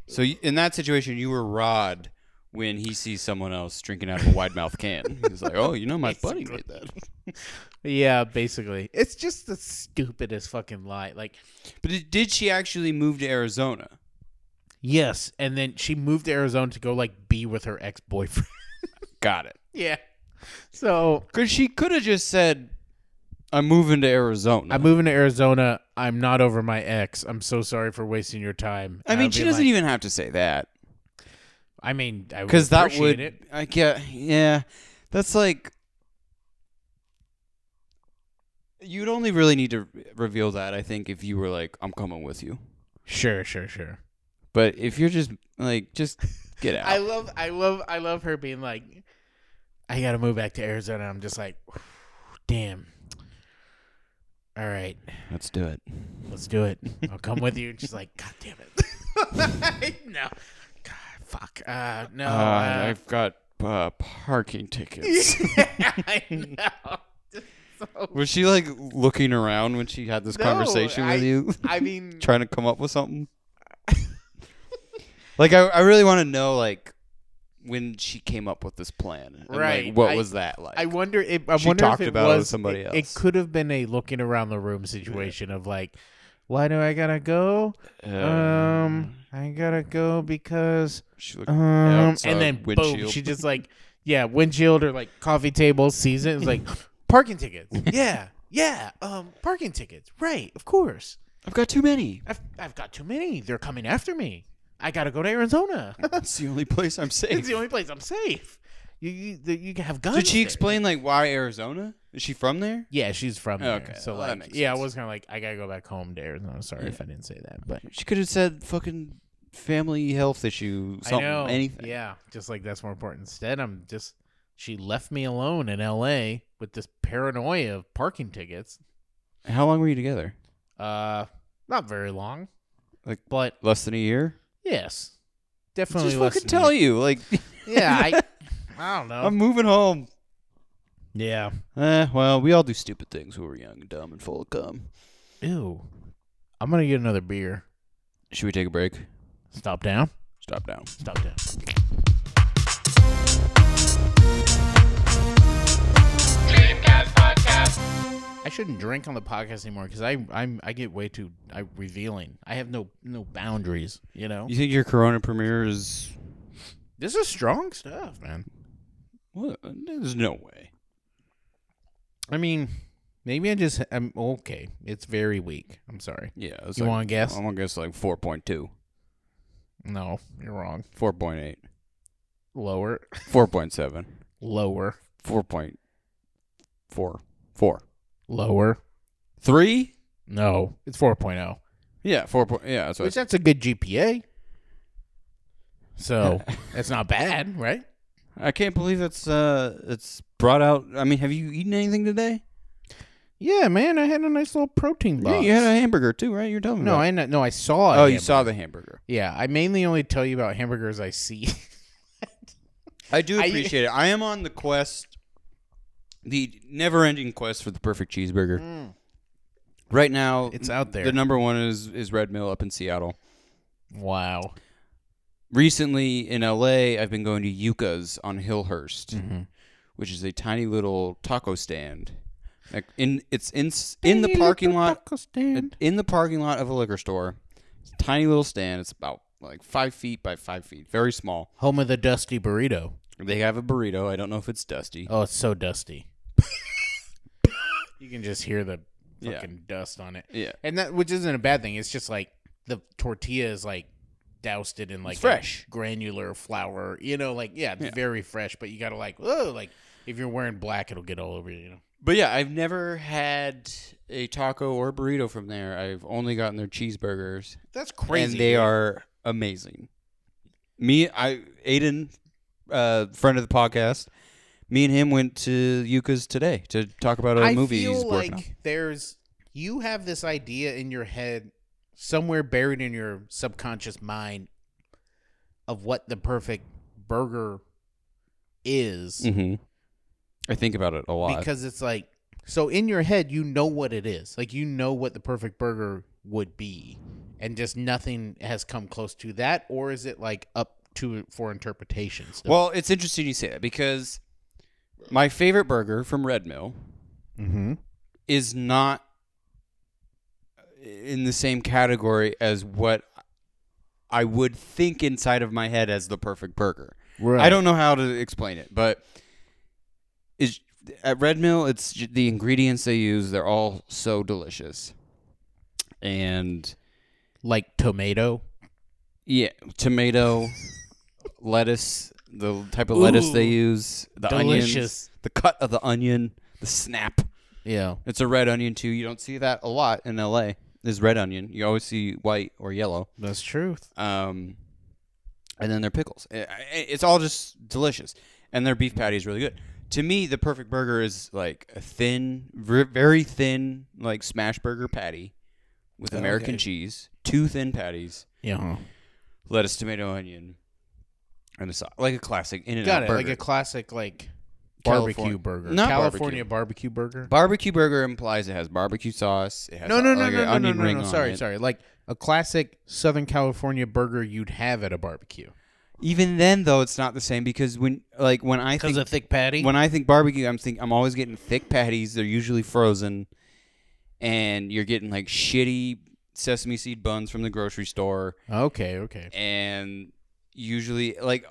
S1: So y- in that situation, you were Rod when he sees someone else drinking out of a wide mouth can. He's like, "Oh, you know, my buddy made that."
S2: Yeah, basically, it's just the stupidest fucking lie. Like,
S1: But did- did she actually move to Arizona?
S2: yes, and then she moved to Arizona to go like be with her ex boyfriend.
S1: Got it.
S2: yeah, so
S1: Because she could have just said, "I'm moving to Arizona."
S2: I'm moving to Arizona. I'm not over my ex. I'm so sorry for wasting your time.
S1: I
S2: And
S1: mean,
S2: I'd
S1: she
S2: be
S1: doesn't
S2: like-
S1: even have to say that
S2: I mean, I would
S1: because that
S2: appreciate
S1: would
S2: it.
S1: I get yeah. That's like you'd only really need to re- reveal that I think if you were like I'm coming with you.
S2: Sure, sure, sure.
S1: But if you're just like just get out.
S2: I love, I love, I love her being like, I gotta move back to Arizona. I'm just like, damn. All right,
S1: Let's do it.
S2: let's do it. I'll come with you. And she's like, God damn it. no, God, fuck. Uh, no.
S1: Uh,
S2: uh,
S1: I've got uh, parking tickets.
S2: I know. So-
S1: Was she like looking around when she had this
S2: No,
S1: conversation
S2: I-
S1: with you,
S2: I mean,
S1: trying to come up with something? like, I, I really want to know, like, when she came up with this plan. and, like,
S2: Right,
S1: what
S2: I-
S1: was that like?
S2: I wonder if I
S1: She
S2: wonder
S1: talked
S2: if it
S1: about it
S2: was
S1: with somebody
S2: it-
S1: else.
S2: It could have been a looking around the room situation of like, why do I gotta go? Um,
S1: mm-hmm.
S2: I gotta go because
S1: she looked,
S2: um,
S1: outside
S2: and then boom,
S1: windshield.
S2: she just like yeah, windshield or like coffee table sees it. and is like parking tickets. Yeah, yeah, um, parking tickets. Right, of course.
S1: I've got too many.
S2: I've I've got too many. They're coming after me. I gotta go to Arizona.
S1: That's the only place I'm safe.
S2: it's the only place I'm safe. You you, the, you can have guns.
S1: Did she
S2: there.
S1: explain, like, why Arizona? Is she from there?
S2: Yeah, she's from
S1: Oh,
S2: there.
S1: okay.
S2: So
S1: Well, that
S2: like,
S1: makes
S2: yeah,
S1: sense.
S2: I was kind of like, I gotta go back home to Arizona. Sorry if I didn't say that, but
S1: She could have said fucking family health issue, something,
S2: I know
S1: anything.
S2: Yeah, just like that's more important. Instead, I'm just she left me alone in L.A. with this paranoia of parking tickets.
S1: How long were you together?
S2: Uh, not very long,
S1: Like-
S2: but
S1: Less than a year?
S2: yes, definitely.
S1: Just
S2: less
S1: fucking
S2: than
S1: tell you. Like,
S2: you. Yeah, I, I don't know.
S1: I'm moving home.
S2: yeah.
S1: Eh, well, we all do stupid things when we're young and dumb and full of cum.
S2: Ew. I'm gonna get another beer.
S1: Should we take a break?
S2: Stop down.
S1: Stop now.
S2: Stop down. I shouldn't drink on the podcast anymore because I I'm I get way too I revealing. I have no no boundaries, you know.
S1: You think your Corona premiere is?
S2: This is strong stuff, man.
S1: What? There's no way.
S2: I mean, maybe I just I'm okay. It's very weak. I'm sorry.
S1: Yeah. It's
S2: You
S1: like, um,
S2: want to guess?
S1: I'm gonna guess like 4.2,
S2: No, you're wrong.
S1: 4.8,
S2: Lower,
S1: 4.7,
S2: lower,
S1: 4.4, 4,
S2: lower.
S1: 3.
S2: No, it's 4.0.
S1: Yeah, four point. Yeah, that's
S2: Which
S1: what. I-
S2: that's a good GPA. So that's not bad, right?
S1: I can't believe it's uh it's brought out. I mean, have you eaten anything today?
S2: Yeah, man, I had a nice little protein
S1: Yeah,
S2: box.
S1: you had a hamburger too, right? You're telling me.
S2: no,
S1: about.
S2: I kn- no, I saw.
S1: Oh,
S2: a
S1: you
S2: hamburger.
S1: saw the hamburger.
S2: Yeah, I mainly only tell you about hamburgers I see.
S1: I do
S2: I-
S1: appreciate it. I am on the quest, the never-ending quest for the perfect cheeseburger. Right now,
S2: It's out there.
S1: Mm. The number one is is Red Mill up in Seattle.
S2: wow.
S1: Recently in LA, I've been going to Yuka's on Hillhurst,
S2: Mhm.
S1: which is a tiny little taco stand. Like, In it's in s- in the parking lot uh, in the parking lot of a liquor store. It's a tiny little stand. It's about like five feet by five feet, very small.
S2: Home of the dusty burrito.
S1: They have a burrito. I don't know if it's dusty.
S2: Oh, it's so dusty. you can just hear the
S1: Yeah.
S2: fucking dust on it,
S1: Yeah,
S2: and that which isn't a bad thing. It's just like the tortilla is like doused in like
S1: It's fresh.
S2: a granular flour. You know, like yeah, it's very fresh. But you gotta like oh, like if you're wearing black, it'll get all over you. You know.
S1: But yeah, I've never had a taco or burrito from there. I've only gotten their cheeseburgers,
S2: That's crazy.
S1: and they
S2: dude.
S1: are amazing. Me, I Aiden, uh, friend of the podcast, me and him went to Yuka's today to talk about a
S2: I
S1: movie
S2: feel
S1: he's
S2: like
S1: working on.
S2: there's you have this idea in your head somewhere buried in your subconscious mind of what the perfect burger is
S1: hmm I think about it a lot.
S2: because it's like so in your head you know what it is like you know what the perfect burger would be and just nothing has come close to that or is it like up to for interpretation still?
S1: well, it's interesting you say that because my favorite burger from Red Mill
S2: mm-hmm.
S1: is not in the same category as what I would think inside of my head as the perfect burger.
S2: right.
S1: I don't know how to explain it, but is at Red Mill, it's j- the ingredients they use. They're all so delicious, and
S2: like tomato.
S1: yeah, tomato, lettuce, the type of lettuce they
S2: Ooh,
S1: use, the onions,
S2: Delicious.
S1: the cut of the onion, the snap.
S2: Yeah.
S1: It's a red onion too. You don't see that a lot in L.A. Is red onion. You always see white or yellow.
S2: That's truth.
S1: Um, and then their pickles. I- I- It's all just delicious, and their beef patty is really good. To me, the perfect burger is like a thin, ver- very thin, like smash burger patty with American
S2: Oh, Okay.
S1: cheese, two thin patties,
S2: Yeah.
S1: lettuce, tomato, onion, and a sauce, like a classic in and
S2: Got
S1: out
S2: it.
S1: burger.
S2: Like a classic like
S1: California-
S2: barbecue burger.
S1: Not
S2: California
S1: barbecue.
S2: barbecue, burger.
S1: barbecue burger implies it has barbecue sauce. It has
S2: No, no,
S1: uh,
S2: no,
S1: like
S2: no, no,
S1: an
S2: no,
S1: onion
S2: no,
S1: ring
S2: no.
S1: on
S2: Sorry,
S1: it.
S2: sorry. Like a classic Southern California burger you'd have at a barbecue.
S1: Even then, though, it's not the same because when, like, when I think
S2: Because a thick patty.
S1: when I think barbecue, I'm think I'm always getting thick patties. They're usually frozen, and you're getting like shitty sesame seed buns from the grocery store,
S2: okay, okay.
S1: and usually like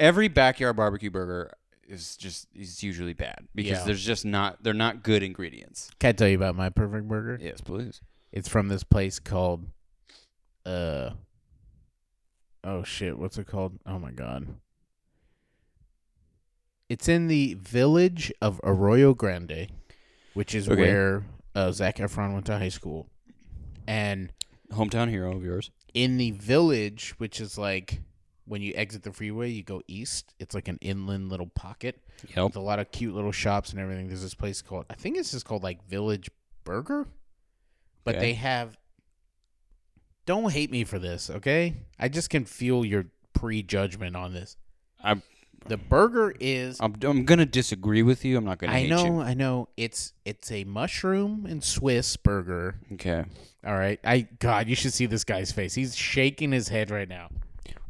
S1: every backyard barbecue burger is just is usually bad because
S2: Yeah.
S1: there's just not they're not good ingredients.
S2: Can I tell you about my perfect burger?
S1: Yes, please.
S2: It's from this place called uh Oh shit, what's it called? Oh my god. It's in the village of Arroyo Grande, which is
S1: Okay.
S2: where uh, Zach Efron went to high school. And
S1: Hometown hero of yours.
S2: in the village, which is like when you exit the freeway, you go east. It's like an inland little pocket
S1: Yep.
S2: with a lot of cute little shops and everything. There's this place called I think this is called like Village Burger, but
S1: Okay.
S2: they have. Don't hate me for this, okay? I just can feel your prejudgment on this.
S1: I'm
S2: The burger is
S1: I'm, I'm gonna disagree with you. I'm not gonna.
S2: I
S1: hate
S2: know,
S1: You.
S2: I know. It's it's a mushroom and Swiss burger.
S1: Okay.
S2: All right. I God, you should see this guy's face. He's shaking his head right now.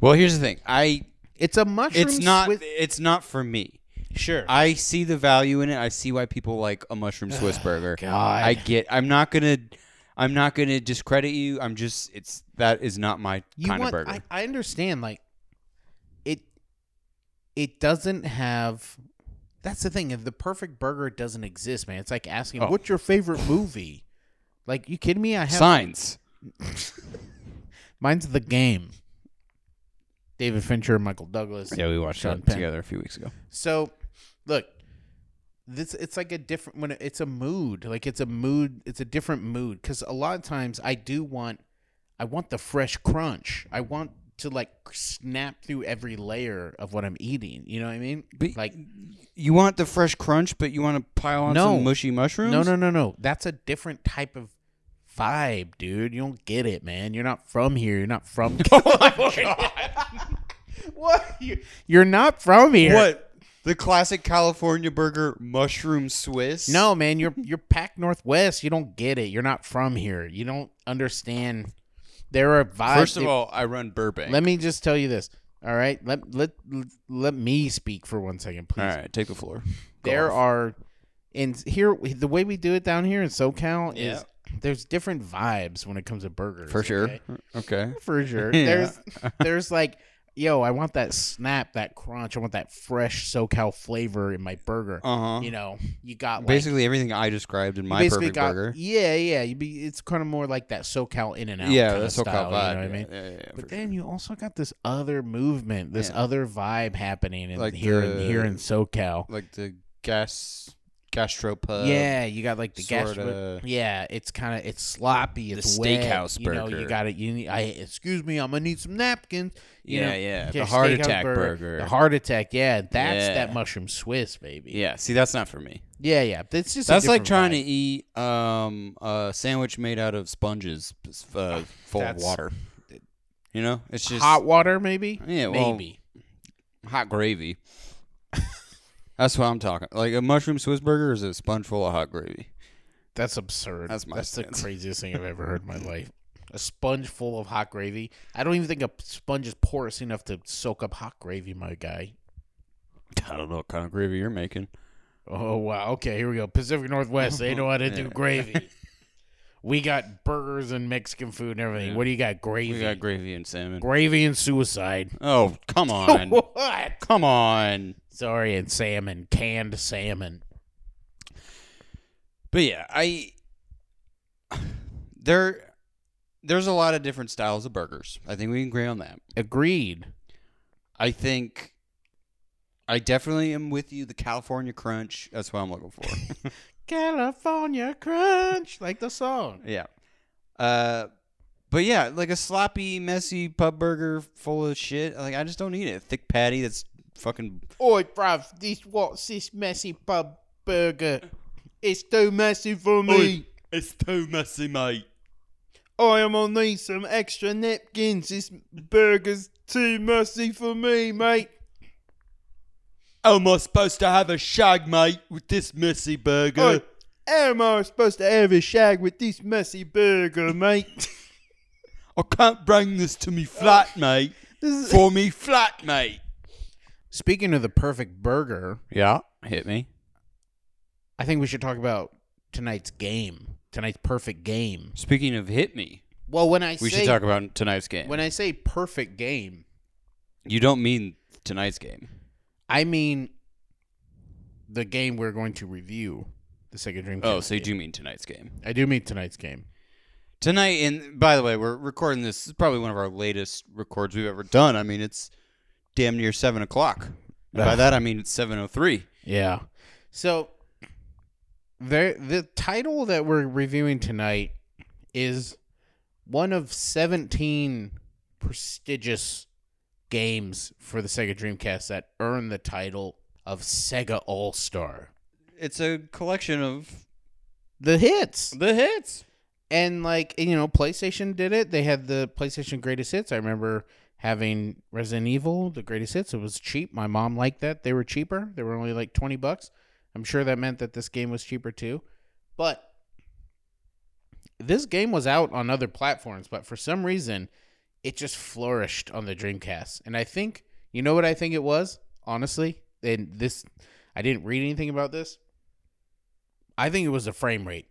S1: Well, here's the thing. I
S2: It's a mushroom.
S1: it's not
S2: Swiss,
S1: it's not for me.
S2: sure.
S1: I see the value in it. I see why people like a mushroom Swiss burger.
S2: God.
S1: I get. I'm not gonna. I'm not gonna discredit you. I'm just. It's that is not my
S2: you
S1: kind
S2: want,
S1: of burger.
S2: I, I understand. Like it, it doesn't have. That's the thing. If the perfect burger doesn't exist, man, it's like asking,
S1: Oh.
S2: "What's your favorite movie?" Like, you kidding me? I have
S1: Signs.
S2: mine's The Game. David Fincher, and Michael Douglas.
S1: Yeah, we watched
S2: Sean
S1: that
S2: Penn.
S1: together a few weeks ago.
S2: So, look, this it's like a different when it- it's a mood. Like it's a mood. It's a different mood because a lot of times I do want, I want the fresh crunch. I want to like snap through every layer of what I'm eating. You know what I mean?
S1: But
S2: like
S1: you want the fresh crunch, but you want to pile on
S2: No.
S1: some mushy mushrooms.
S2: no, no, no, no. That's a different type of vibe, dude. You don't get it, man. You're not from here. You're not from. Oh what? You- You're not from here.
S1: What? The classic California burger, mushroom Swiss.
S2: No, man, you're you're packed northwest. You don't get it. You're not from here. You don't understand. There are vibes.
S1: First of all, I run Burbank.
S2: let me just tell you this. All right, let let let me speak for one second, please.
S1: all right, take the floor. Go
S2: There
S1: off.
S2: are, and here the way we do it down here in SoCal
S1: Yeah.
S2: is there's different vibes when it comes to burgers.
S1: for sure.
S2: okay?
S1: Okay.
S2: for sure.
S1: Yeah.
S2: There's there's like. Yo, I want that snap, that crunch. I want that fresh SoCal flavor in my burger.
S1: Uh huh.
S2: You know, you got like,
S1: Basically everything I described in
S2: You
S1: my perfect burger.
S2: Yeah, yeah. You be it's kind of more like that SoCal in and out.
S1: Yeah,
S2: kinda
S1: that's so
S2: style,
S1: called
S2: you know
S1: vibe.
S2: what I
S1: yeah,
S2: mean?
S1: yeah, yeah, for
S2: But then you also got this other movement, this
S1: Yeah.
S2: other vibe happening in
S1: Like
S2: here in
S1: the-
S2: here in SoCal.
S1: like the gas gastropub.
S2: yeah, you got like the gas.
S1: uh, sorta-
S2: Yeah, it's kind of it's sloppy. It's wet,
S1: steakhouse
S2: You know, you
S1: burger.
S2: got it. You need, I excuse me. I'm gonna need some napkins. You
S1: yeah,
S2: know,
S1: yeah.
S2: yeah,
S1: The heart
S2: steakhouse
S1: attack burger.
S2: The heart attack. Yeah, that's
S1: Yeah.
S2: that mushroom Swiss, baby.
S1: yeah, see, that's not for me.
S2: yeah, yeah. It's just a
S1: That's like
S2: different
S1: trying
S2: vibe.
S1: to eat um, a sandwich made out of sponges uh, full of
S2: That's-
S1: water. You know, it's just
S2: hot water, maybe.
S1: Yeah, well,
S2: maybe.
S1: hot gravy. that's what I'm talking. Like a mushroom Swiss burger is a sponge full of hot gravy.
S2: That's absurd.
S1: That's my
S2: That's
S1: stance.
S2: the craziest thing I've ever heard in my life. A sponge full of hot gravy. I don't even think a sponge is porous enough to soak up hot gravy, my guy.
S1: I don't know what kind of gravy you're making.
S2: Oh wow. Okay, here we go. Pacific Northwest. They know how to do
S1: Yeah.
S2: gravy. We got burgers and Mexican food and everything.
S1: Yeah.
S2: What do you got? Gravy.
S1: We got gravy and salmon.
S2: gravy and suicide.
S1: Oh, come on.
S2: what?
S1: come on.
S2: Sorry, and salmon, canned salmon.
S1: But yeah, I there there's a lot of different styles of burgers. I think we can agree on that.
S2: Agreed.
S1: I think I definitely am with you. The California Crunch. That's what I'm looking for.
S2: California Crunch, like the song.
S1: yeah. Uh, but yeah, like a sloppy, messy pub burger full of shit. Like I just don't need it. Thick patty. That's fucking.
S2: Oi, bruv, this what's this messy pub burger? It's too messy for me.
S1: it's too messy, mate.
S2: I am gonna need some extra napkins. This burger's too messy for me, mate.
S1: Am I supposed to have a shag, mate, with this messy burger?
S2: Oi, how am I supposed to have a shag with this messy burger, mate?
S1: I can't bring this to me flatmate.
S2: This is-
S1: For me flatmate.
S2: Speaking of the perfect burger,
S1: Yeah, hit me.
S2: I think we should talk about tonight's game. Tonight's perfect game.
S1: Speaking of hit me,
S2: Well, when I
S1: we
S2: say
S1: should talk about tonight's game.
S2: when I say perfect game,
S1: you don't mean tonight's game.
S2: I mean the game we're going to review, the Sega Dreamcast.
S1: Oh, so you
S2: game.
S1: do mean tonight's game.
S2: I do mean tonight's game.
S1: Tonight and by the way, we're recording this. This is probably one of our latest records we've ever done. I mean it's damn near seven o'clock. And by
S2: Ugh.
S1: that I mean it's seven oh three.
S2: Yeah. So there the title that we're reviewing tonight is one of 17 prestigious games for the Sega Dreamcast that earned the title of Sega All-Star.
S1: It's a collection of
S2: The hits.
S1: the hits.
S2: And like, you know, PlayStation did it. They had the PlayStation Greatest Hits. I remember having Resident Evil, the Greatest Hits. It was cheap. My mom liked that. They were cheaper. They were only like 20 bucks. I'm sure that meant that this game was cheaper too. But this game was out on other platforms, but for some reason, it just flourished on the Dreamcast. And I think, you know what I think it was? Honestly, and this I didn't read anything about this. I think it was the frame rate.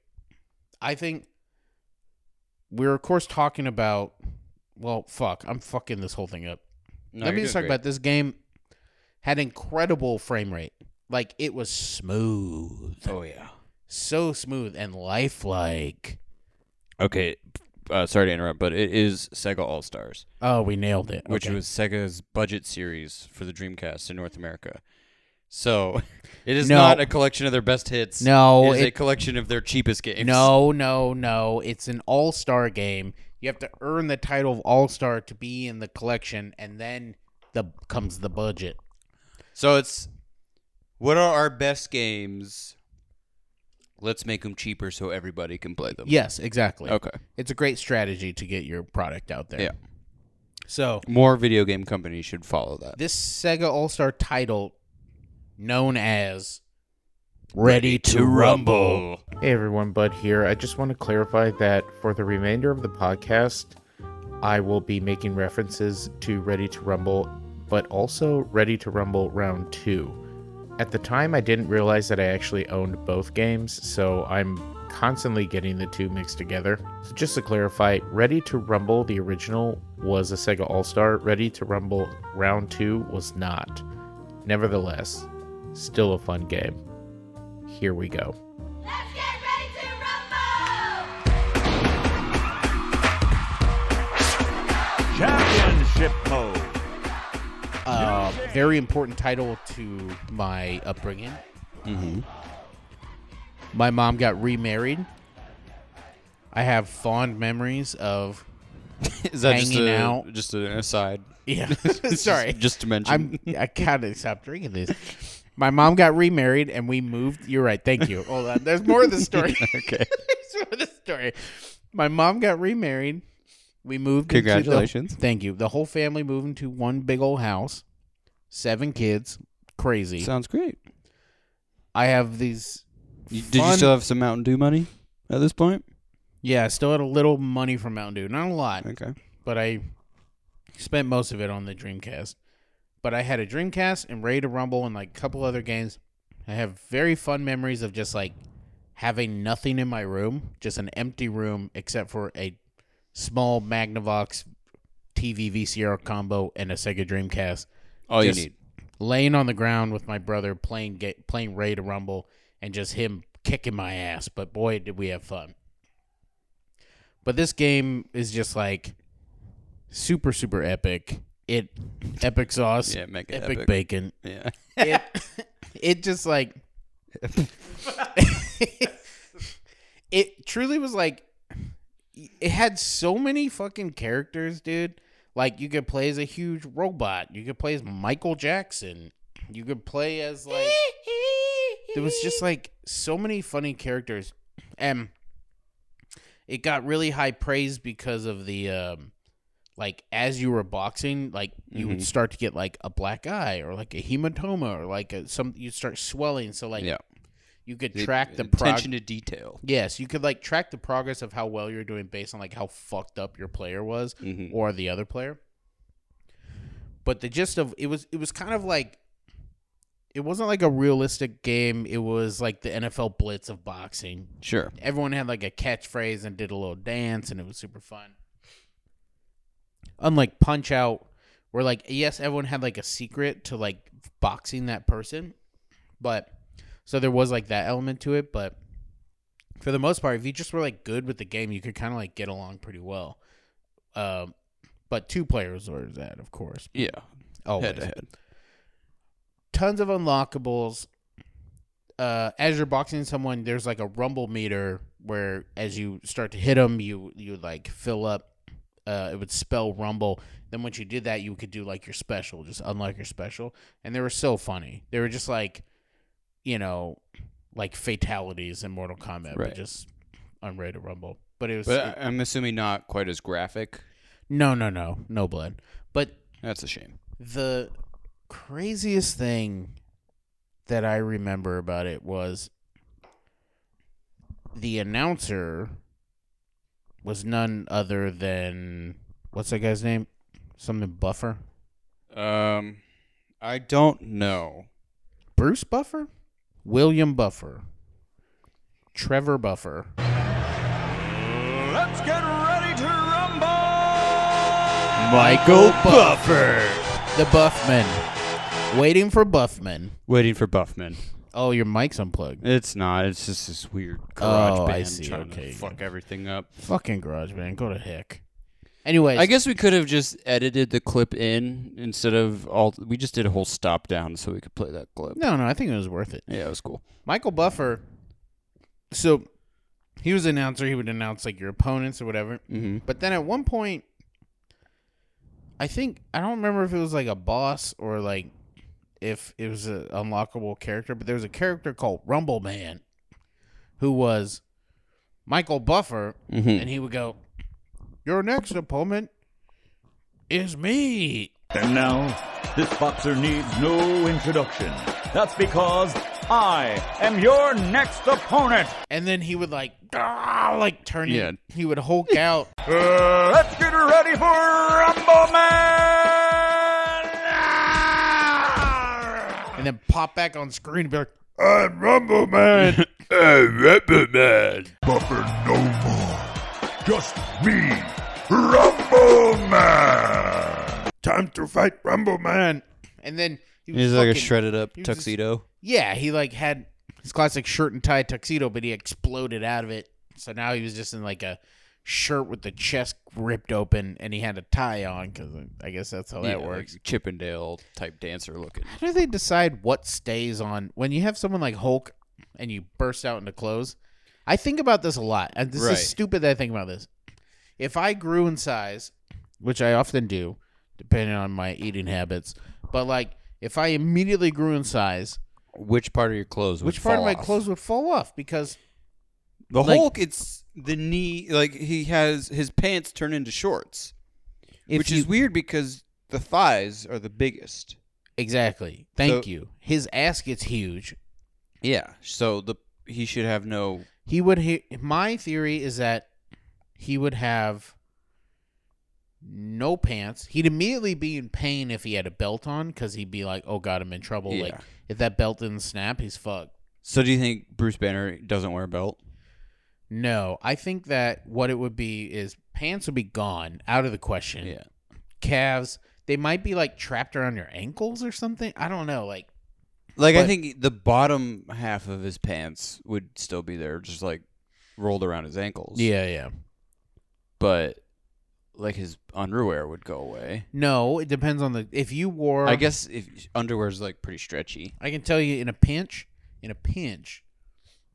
S2: I think we're of course talking about well fuck i'm fucking this whole thing up let me just talk about this game had incredible frame rate like it was smooth
S1: Oh yeah.
S2: so smooth and lifelike
S1: Okay. Uh, sorry to interrupt, but it is Sega All Stars.
S2: oh we nailed it
S1: which
S2: Okay.
S1: was Sega's budget series for the Dreamcast in North America. So it is
S2: No.
S1: not a collection of their best hits.
S2: no
S1: it is a
S2: it,
S1: collection of their cheapest games.
S2: no no no it's an all-star game you have to earn the title of all-star to be in the collection and then the comes the budget
S1: So it's what are our best games? Let's make them cheaper so everybody can play them.
S2: yes exactly
S1: Okay.
S2: it's a great strategy to get your product out there
S1: Yeah.
S2: so
S1: More video game companies should follow that.
S2: this Sega All Star title, known as Ready to Rumble. Hey everyone, Bud here. I just want to clarify that for the remainder of the podcast, I will be making references to Ready to Rumble, but also Ready to Rumble Round 2. At the time, I didn't realize that I actually owned both games, so I'm constantly getting the two mixed together. So just to clarify, Ready to Rumble, the original, was a Sega All Star. Ready to Rumble Round 2 was not. Nevertheless, still a fun game. Here we go.
S3: Let's get ready to rumble!
S4: Championship mode.
S2: uh, very important title to my upbringing.
S1: Mm-hmm.
S2: My mom got remarried. I have fond memories of.
S1: Is that just,
S2: Hanging
S1: a,
S2: out.
S1: just an aside?
S2: Yeah, sorry.
S1: Just, just to mention.
S2: I'm. I gotta stop drinking this. My mom got remarried, and we moved. You're right. Thank you. Hold on. There's more of the story.
S1: okay.
S2: There's more of the story. My mom got remarried. We moved. into the-
S1: Congratulations.
S2: thank you. The whole family moved into one big old house. Seven kids. Crazy.
S1: Sounds great.
S2: I have these.
S1: You- did you
S2: fun-
S1: still have some Mountain Dew money at this point?
S2: Yeah, I still had a little money from Mountain Dew. Not a lot,
S1: Okay.
S2: but I spent most of it on the Dreamcast. But I had a Dreamcast and Ready to Rumble and like a couple other games. I have very fun memories of just like having nothing in my room, just an empty room except for a small Magnavox TV VCR combo and a Sega Dreamcast
S1: All
S2: Just-
S1: you need.
S2: laying on the ground with my brother playing ga- playing Ray to Rumble and just him kicking my ass. But boy, did we have fun. But this game is just like super, super epic. It epic sauce,
S1: Yeah, make it
S2: epic,
S1: epic.
S2: bacon.
S1: Yeah.
S2: It, it just like it truly was like it had so many fucking characters, dude. Like you could play as a huge robot. You could play as Michael Jackson. You could play as like there was just like so many funny characters, and it got really high praise because of the um, like as you were boxing, like you would start to get like a black eye or like a hematoma or like a, some you start swelling. So like
S1: yeah. uh,
S2: you could track the progress.
S1: attention to detail.
S2: Yes, you could like track the progress of how well you're doing based on like how fucked up your player was
S1: Mhm.
S2: or the other player. But the gist of it was it was kind of like it wasn't like a realistic game. It was like the NFL blitz of boxing.
S1: Sure.
S2: Everyone had like a catchphrase and did a little dance and it was super fun. Unlike Punch Out, where like yes, everyone had like a secret to like boxing that person, but so there was like that element to it, but for the most part, if you just were like good with the game, you could kind of like get along pretty well. Um, but two players was that, of course.
S1: Yeah.
S2: Oh,
S1: Head to head.
S2: tons of unlockables. Uh, as you're boxing someone, there's like a rumble meter where, as you start to hit them, you you like fill up. Uh, it would spell rumble. Then once you did that, you could do like your special, just unlock your special. And they were so funny. They were just like, you know, like fatalities in Mortal Kombat,
S1: Right.
S2: but just unrated rumble. But it was
S1: But I- I'm assuming not quite as graphic.
S2: no, no, no, no blood. But
S1: That's a shame.
S2: the craziest thing that I remember about it was the announcer was none other than what's that guy's name? Something Buffer?
S1: Um, I don't know.
S2: Bruce Buffer? William Buffer. Trevor Buffer.
S4: Let's get ready to rumble!
S2: Michael Buffer. The Buffman. Waiting for Buffman.
S1: Waiting for Buffman.
S2: Oh, your mic's unplugged.
S1: It's not. It's just this weird garage
S2: Oh, I
S1: band
S2: see.
S1: trying
S2: Okay.
S1: to fuck everything up.
S2: Fucking garage man, go to heck. Anyways,
S1: I guess we could have just edited the clip in instead of all. We just did a whole stop down so we could play that clip.
S2: no, no, I think it was worth it.
S1: Yeah, it was cool.
S2: Michael Buffer. So he was an announcer. He would announce like your opponents or whatever.
S1: Mm-hmm.
S2: But then at one point, I think I don't remember if it was like a boss or like if it was an unlockable character. But there was a character called Rumble Man, who was Michael Buffer,
S1: Mhm.
S2: and he would go, "Your next opponent is me."
S4: And now, this boxer needs no introduction. That's because I am your next opponent!
S2: And then he would like, "Ah," like turn.
S1: Yeah.
S2: it- He would Hulk out.
S4: Uh, let's get ready for Rumble Man!
S2: and then pop back on screen and be like, I'm Rumble Man.
S4: Buffer no more. Just me, Rumble Man!
S2: Time to fight Rumble Man. And then he was
S1: He's like a
S2: fucking-
S1: shredded up
S2: he was just-
S1: tuxedo.
S2: Yeah, he like had his classic shirt and tie tuxedo, but he exploded out of it. So now he was just in like a shirt with the chest ripped open and he had a tie on because I guess that's how that
S1: Yeah,
S2: works.
S1: like Oh, Chippendale type dancer looking.
S2: How do they decide what stays on when you have someone like Hulk and you burst out into clothes? I think about this a lot, and this
S1: Right.
S2: is stupid that I think about this. If I grew in size, which I often do, depending on my eating habits, but like if I immediately grew in size,
S1: Which part of your clothes? would
S2: which part of
S1: fall
S2: my
S1: off?
S2: clothes would fall off? Because
S1: The
S2: Like-
S1: Hulk, it's the knee. Like he has his pants turn into shorts,
S2: if
S1: which
S2: you,
S1: is weird because the thighs are the biggest.
S2: exactly, thank
S1: So-
S2: you. His ass gets huge.
S1: Yeah, so the he should have no.
S2: He would. He, my theory is that he would have no pants. He'd immediately be in pain if he had a belt on because he'd be like, "Oh God, I'm in trouble." Like
S1: Yeah.
S2: if that belt didn't snap, he's fucked.
S1: So do you think Bruce Banner doesn't wear a belt?
S2: No, I think that what it would be is pants would be gone, out of the question.
S1: Yeah.
S2: Calves, they might be like trapped around your ankles or something. I don't know. Like
S1: Like I
S2: But-
S1: think the bottom half of his pants would still be there, just like rolled around his ankles.
S2: Yeah, yeah.
S1: but like his underwear would go away.
S2: No, it depends on the. If you wore,
S1: I guess if underwear's like pretty stretchy.
S2: I can tell you in a pinch, in a pinch,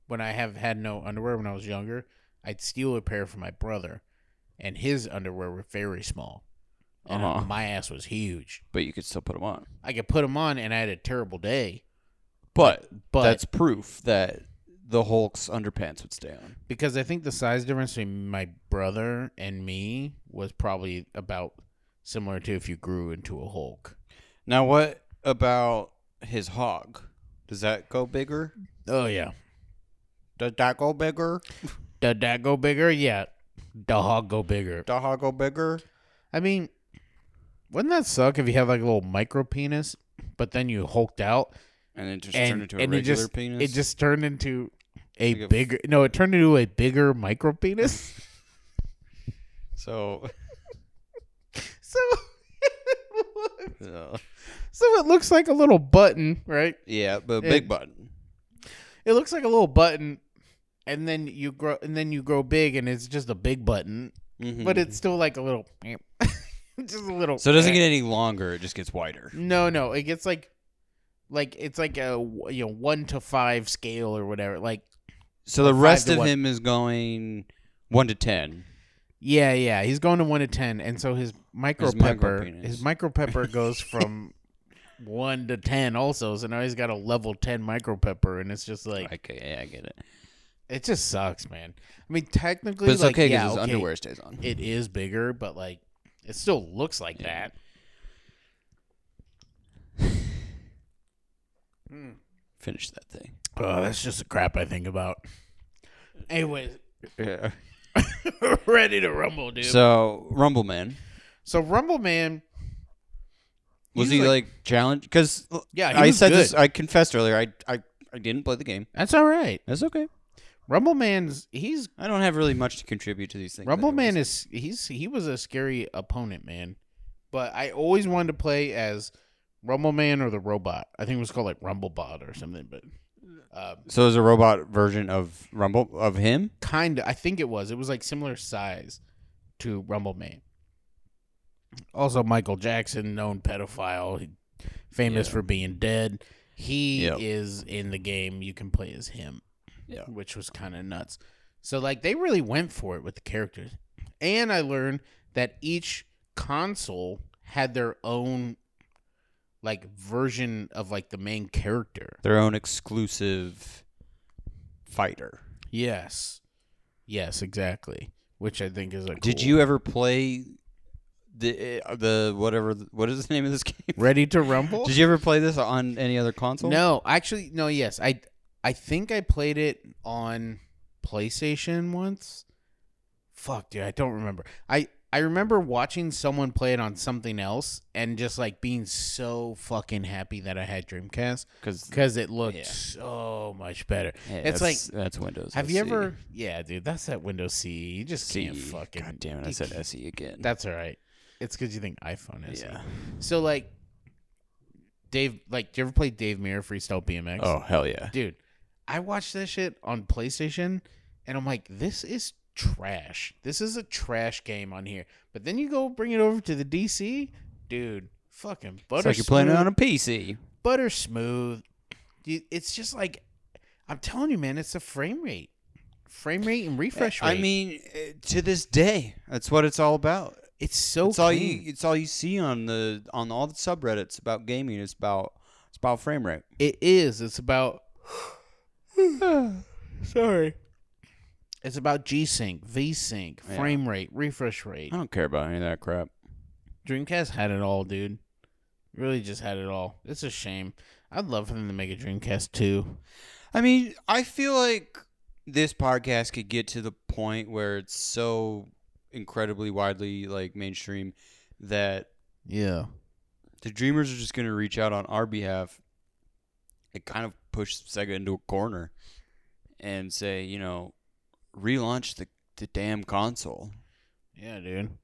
S2: when I have had no underwear when I was younger, I'd steal a pair from my brother, and his underwear were very small, and
S1: Uh-huh.
S2: my ass was huge.
S1: but you could still put them on.
S2: I could put them on, and I had a terrible day
S1: But,
S2: but-
S1: that's proof that the Hulk's underpants would stay on.
S2: because I think the size difference between my brother and me was probably about similar to if you grew into a Hulk.
S1: Now, what about his hog? Does that go bigger?
S2: Oh yeah,
S1: Does that go bigger?
S2: did that go bigger? Yeah, the hog go bigger.
S1: The hog go bigger?
S2: I mean, wouldn't that suck if you had like a little micro penis, but then you hulked out
S1: And it just
S2: and,
S1: turned into a
S2: and it
S1: regular
S2: just
S1: penis?
S2: it just turned into a
S1: Like a f-
S2: bigger no, it turned into a bigger micro penis.
S1: So,
S2: so so it looks like a little button, right?
S1: yeah, but
S2: It-
S1: big button.
S2: It looks like a little button, and then you grow and then you grow big, and it's just a big button,
S1: Mhm.
S2: but it's still like a little, just a little.
S1: so it doesn't get any longer, it just gets wider.
S2: No, no, it gets like, like it's like a you know one to five scale or whatever. Like
S1: So the
S2: five
S1: rest
S2: to
S1: of
S2: one.
S1: him is going 1 to 10.
S2: yeah, yeah, he's going to one to ten, and so his micro
S1: His micro
S2: pepper,
S1: penis.
S2: his micro pepper goes from one to ten also. So now he's got a level ten micro pepper, and it's just like
S1: Okay, yeah, I get it.
S2: it just sucks, man. I mean, technically,
S1: But it's
S2: like,
S1: okay because
S2: yeah,
S1: his
S2: okay,
S1: underwear stays on.
S2: It is bigger, but like it still looks like
S1: Yeah.
S2: that.
S1: Finish that thing.
S2: Oh, that's just the crap I think about. Anyways,
S1: Yeah.
S2: ready to rumble, dude.
S1: So, Rumble Man.
S2: So Rumble Man,
S1: Was
S2: He's
S1: he
S2: like-
S1: like, challenged? Because
S2: Yeah, he
S1: I
S2: was
S1: said
S2: good.
S1: this. I confessed earlier. I, I I didn't play the game.
S2: that's all right.
S1: That's okay.
S2: Rumble Man's he's
S1: I don't have really much to contribute to these things.
S2: Rumble Man
S1: anyways.
S2: is he's he was a scary opponent, man. But I always wanted to play as Rumble Man or the robot. I think it was called like Rumblebot or something, but uh,
S1: So is a robot version of Rumble of him.
S2: kind of. I think it was. It was like similar size to Rumble Man. Also, Michael Jackson, known pedophile, he- famous
S1: Yeah.
S2: for being dead. He
S1: Yep.
S2: is in the game. You can play as him,
S1: Yeah.
S2: which was kind of nuts. So, like, they really went for it with the characters. And I learned that each console had their own like version of like the main character.
S1: Their own exclusive fighter.
S2: Yes. Yes, exactly. Which I think is a
S1: Did
S2: cool-
S1: you ever play the uh, the whatever? What is the name of this game?
S2: Ready to Rumble?
S1: Did you ever play this on any other console?
S2: no, actually no, yes. I I think I played it on PlayStation once. Fuck, dude, I don't remember. I I remember watching someone play it on something else and just like being so fucking happy that I had Dreamcast
S1: because
S2: cuz it looked
S1: Yeah.
S2: so much better. it's like
S1: that's Windows.
S2: have
S1: SE.
S2: you ever Yeah, dude, that's that Windows CE. You just
S1: See,
S2: can't fucking
S1: E, God damn it! I
S2: you
S1: said
S2: can't-
S1: SE again.
S2: That's all right. It's because you think iPhone is.
S1: yeah.
S2: So like, Dave, like, do you ever play Dave Mirror Freestyle BMX?
S1: Oh hell yeah!
S2: dude, I watched that shit on PlayStation, and I'm like, this is trash. This is a trash game on here. But then you go bring it over to the DC, dude. Fucking butter.
S1: It's like you're playing it
S2: smooth-
S1: on a PC.
S2: butter smooth. Dude, It's just like, I'm telling you, man. It's the frame rate, frame rate and refresh rate.
S1: I mean, uh, to this day, that's what it's all about.
S2: it's so.
S1: It's all
S2: clean.
S1: you. It's all you see on the on all the subreddits about gaming. It's about it's about frame rate.
S2: It is. It's about. Sorry. It's about G Sync, V Sync,
S1: Yeah.
S2: frame rate, refresh rate.
S1: I don't care about any of that crap.
S2: Dreamcast had it all, dude. Really just had it all. It's a shame. I'd love for them to make a Dreamcast too.
S1: I mean, I feel like this podcast could get to the point where it's so incredibly widely like mainstream that
S2: Yeah.
S1: the dreamers are just going to reach out on our behalf and kind of push Sega into a corner and say, you know, relaunch the the damn console.
S2: Yeah, dude.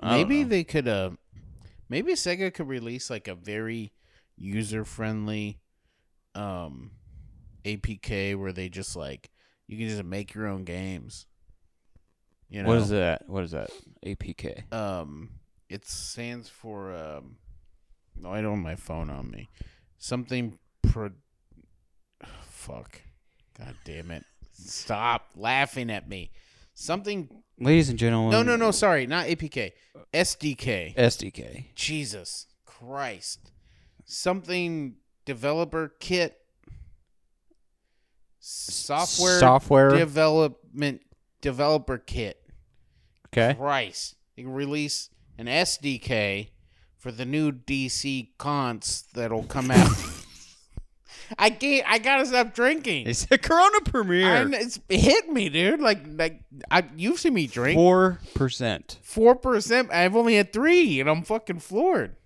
S1: I don't
S2: Maybe
S1: know.
S2: they could uh maybe Sega could release like a very user friendly um APK where they just like you can just make your own games. You know,
S1: What is that? What is that? APK.
S2: um it stands for um no i don't have my phone on me something pro fuck god damn it stop laughing at me something
S1: Ladies and gentlemen.
S2: no no no sorry not apk sdk
S1: SDK.
S2: jesus christ something developer kit software
S1: Software.
S2: development developer kit
S1: okay.
S2: Christ. They can release an SDK for the new DC cons that'll come out. I can't, I gotta stop drinking.
S1: It's a Corona premiere.
S2: I kn- it's it hit me, dude. Like like I, you've seen me drink
S1: Four percent.
S2: four percent. I've only had three, and I'm fucking floored.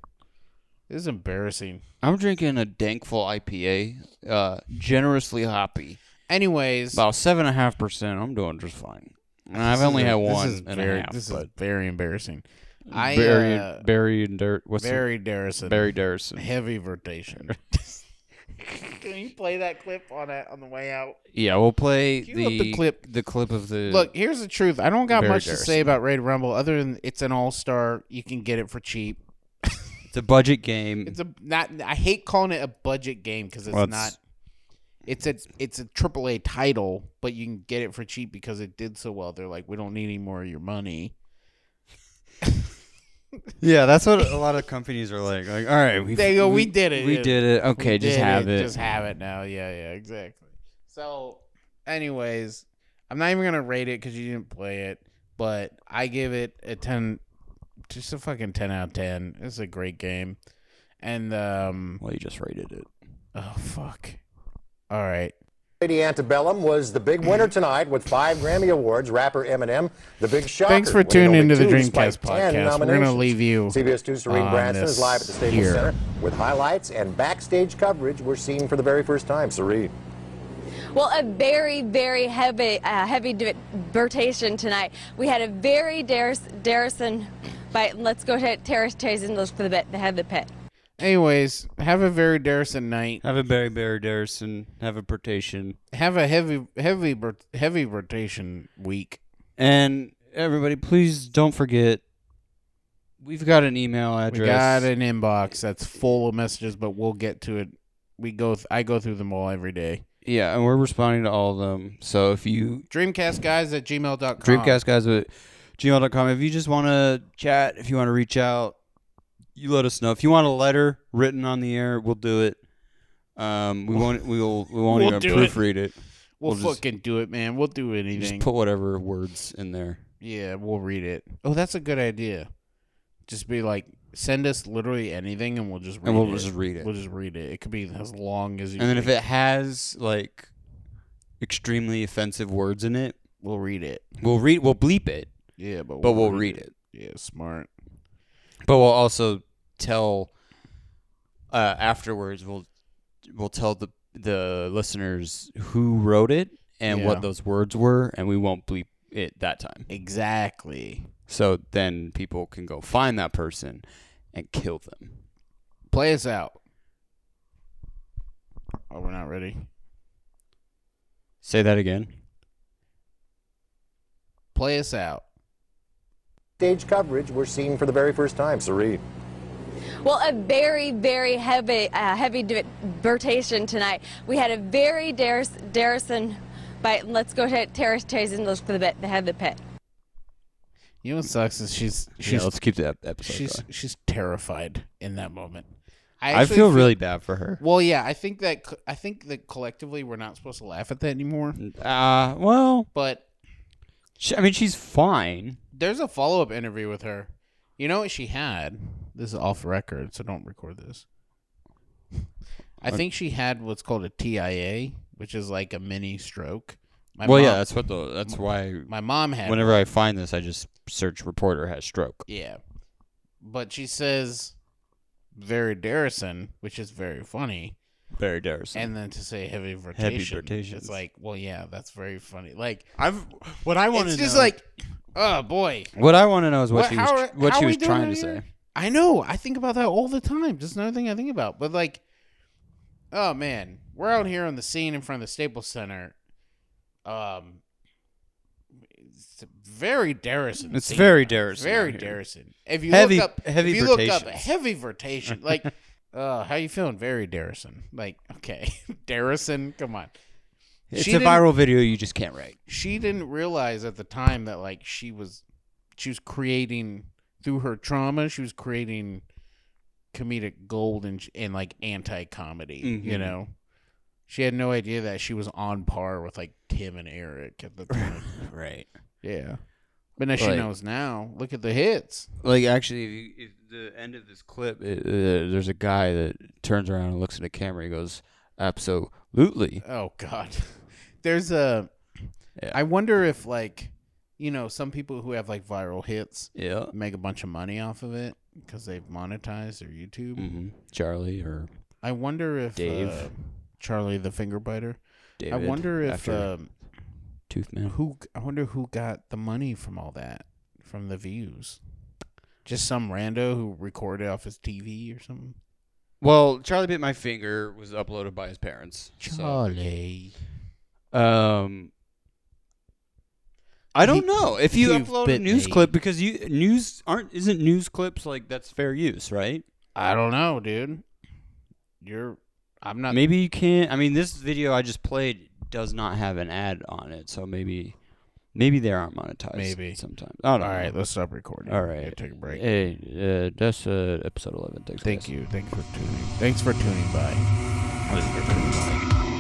S2: This is embarrassing.
S1: I'm drinking a Dankful IPA, uh, generously hoppy,
S2: Anyways,
S1: about seven and a half percent. I'm doing just fine. And I've
S2: this
S1: only
S2: is-
S1: had
S2: this
S1: one
S2: is
S1: and
S2: very,
S1: a half.
S2: This
S1: but
S2: is very embarrassing. I
S1: buried,
S2: uh,
S1: buried in dirt. What's the
S2: very embarrassing.
S1: Barry Darrison?
S2: heavy rotation. Can you play that clip on a, on the way out?
S1: Yeah, we'll play
S2: Cue
S1: the,
S2: up the clip.
S1: The clip of the
S2: Look, here's the truth. I don't got
S1: Very
S2: much to
S1: Darrison.
S2: say about Raid Rumble other than it's an all star. You can get it for cheap.
S1: It's a budget game.
S2: It's a not. I hate calling it a budget game because it's
S1: Well,
S2: not. It's
S1: it's-
S2: a it's a triple A title, but you can get it for cheap because it did so well. They're like, we don't need any more of your money.
S1: yeah, that's what a lot of companies are like. Like, all right, we
S2: They go, "We did it."
S1: We did it. Okay,
S2: We
S1: just
S2: did
S1: have it.
S2: Just have it now. Yeah, yeah, exactly. So, anyways, I'm not even gonna rate it because you didn't play it, but I give it a ten, just a fucking ten out of ten. It's a great game, and um,
S1: well, you just rated it.
S2: oh fuck, all right.
S5: Lady Antebellum was the big winner tonight with five Grammy Awards. Rapper Eminem, the big shocker.
S2: Thanks for
S5: winning
S2: tuning
S5: only
S2: into the
S5: two despite
S2: Dreamcast
S5: 10
S2: podcast. We're gonna
S5: nominations.
S2: leave you
S5: CBS 2's Serene
S2: on
S5: Branson is
S2: this
S5: live at the Staples
S2: here.
S5: Center with highlights and backstage coverage we're seeing for the very first time. Serene.
S6: Well, a very, very heavy, uh, heavy debatation tonight. We had a very Darrison fight. Let's go to Terrace Chasing those for the bit, the head of the pit.
S2: Anyways, have a very Darrison night.
S1: Have a Barry Barry Darrison. Have a portation.
S2: Have a heavy, heavy, rot- heavy rotation week.
S1: And everybody, please don't forget. We've got an email address.
S2: We got an inbox that's full of messages, but we'll get to it. We go. Th- I go through them all every day.
S1: Yeah, and we're responding to all of them. So if you
S2: Dreamcastguys at gmail.com.
S1: Dreamcast guys at gmail.com. If you just want to chat, if you want to reach out, you let us know. If you want a letter written on the air, we'll do it. Um, we won't. We will. We won't
S2: We'll
S1: even
S2: do it.
S1: proofread it.
S2: We'll,
S1: We'll just-
S2: fucking do it, man. We'll do
S1: Just
S2: anything.
S1: put whatever words in there.
S2: yeah, we'll read it. Oh, that's a good idea. Just be like, send us literally anything, and we'll just read
S1: And we'll
S2: it.
S1: just read it.
S2: We'll just read it. It could be as long as you.
S1: And then if
S2: think.
S1: it has like extremely offensive words in it,
S2: we'll read it.
S1: we'll read. We'll bleep it,
S2: Yeah, but
S1: but we'll read it.
S2: Yeah, smart.
S1: But we'll also tell uh, afterwards. We'll we'll tell the the listeners who wrote it and
S2: Yeah.
S1: what those words were, and we won't bleep it that time.
S2: Exactly.
S1: So then people can go find that person and kill them.
S2: Play us out. Oh, we're not ready.
S1: Say that again.
S2: Play us out.
S5: Stage coverage we're seeing for the very first time. Serene.
S6: Well, a very, very heavy, uh, heavy debatation tonight. We had a very Darrison fight. Let's go to Terrace Chasing those for the bit, the head of the pit.
S2: You know what sucks is she's she's
S1: yeah, let's keep that episode
S2: she's
S1: going.
S2: she's terrified in that moment.
S1: I
S2: actually
S1: feel really bad for her.
S2: well. Yeah, I think that co- I think that collectively we're not supposed to laugh at that anymore.
S1: Uh, well,
S2: But
S1: she, I mean, she's fine.
S2: there's a follow up interview with her. You know what she had? This is off record, so don't record this. I think she had what's called a TIA, which is like a mini stroke. My
S1: well, yeah,
S2: mom-
S1: that's what the that's why.
S2: my mom had.
S1: Whenever I find this, I just search "reporter has stroke."
S2: Yeah. But she says very Darrison, which is very funny.
S1: Very Darrison.
S2: And then to say heavy rotation, it's
S1: rotations.
S2: like, well, yeah, that's very funny. Like,
S1: I've what I want
S2: it's just like, oh boy,
S1: what I want to know is what, she was
S2: how
S1: tr-
S2: are-
S1: what
S2: how
S1: she
S2: are we
S1: was
S2: doing
S1: trying to
S2: it
S1: say.
S2: here? I know. I think about that all the time. Just another thing I think about. But like, oh man, we're out here on the scene in front of the Staples Center. Um, it's very Darrison.
S1: It's
S2: themed.
S1: very Darrison
S2: Very
S1: out here.
S2: Darrison. If you
S1: Heavy-
S2: look up,
S1: heavy
S2: if you look up
S1: vertations.
S2: heavy vertation, like, uh, how you feeling? Very Darrison. Like, okay, Darrison, come on.
S1: It's
S2: She
S1: a
S2: didn't-
S1: viral video you just can't write.
S2: She didn't realize at the time that like she was, she was creating through her trauma. She was creating comedic gold and and like anti comedy. You
S1: Mhm.
S2: know, she had no idea that she was on par with like Tim and Eric at the time.
S1: Right.
S2: Yeah. But now she
S1: Like-
S2: knows now. Look at the hits.
S1: Like actually, if, you, if the end of this clip, it, uh, there's a guy that turns around and looks at the camera. He goes, "Absolutely."
S2: Oh God. There's a. I
S1: Yeah.
S2: wonder if like, you know, some people who have like viral hits
S1: Yeah.
S2: make a bunch of money off of it because they've monetized their YouTube.
S1: hmm Charlie or
S2: I wonder if
S1: Dave.
S2: uh, Charlie the finger biter. I
S1: David.
S2: wonder if
S1: after
S2: um,
S1: Toothman.
S2: who. I wonder who got the money from all that, from the views. Just some rando who recorded off his TV or something.
S1: Well, Charlie bit my finger was uploaded by his parents. so-
S2: Charlie.
S1: um, I don't
S2: He-
S1: know if you
S2: you've
S1: upload a
S2: bit
S1: news
S2: me.
S1: clip because you news aren't isn't news clips like that's fair use, right?
S2: I don't know, dude. You're. I'm not.
S1: Maybe you can't. I mean, this video I just played does not have an ad on it, so maybe maybe they aren't monetized.
S2: Maybe.
S1: sometimes. I don't
S2: All
S1: know.
S2: right, let's stop recording.
S1: All
S2: Yeah,
S1: right.
S2: take a break.
S1: Hey, uh, that's uh, episode eleven. Thanks.
S2: Thank
S1: guys.
S2: you. Thanks for tuning. Thanks for tuning. Bye.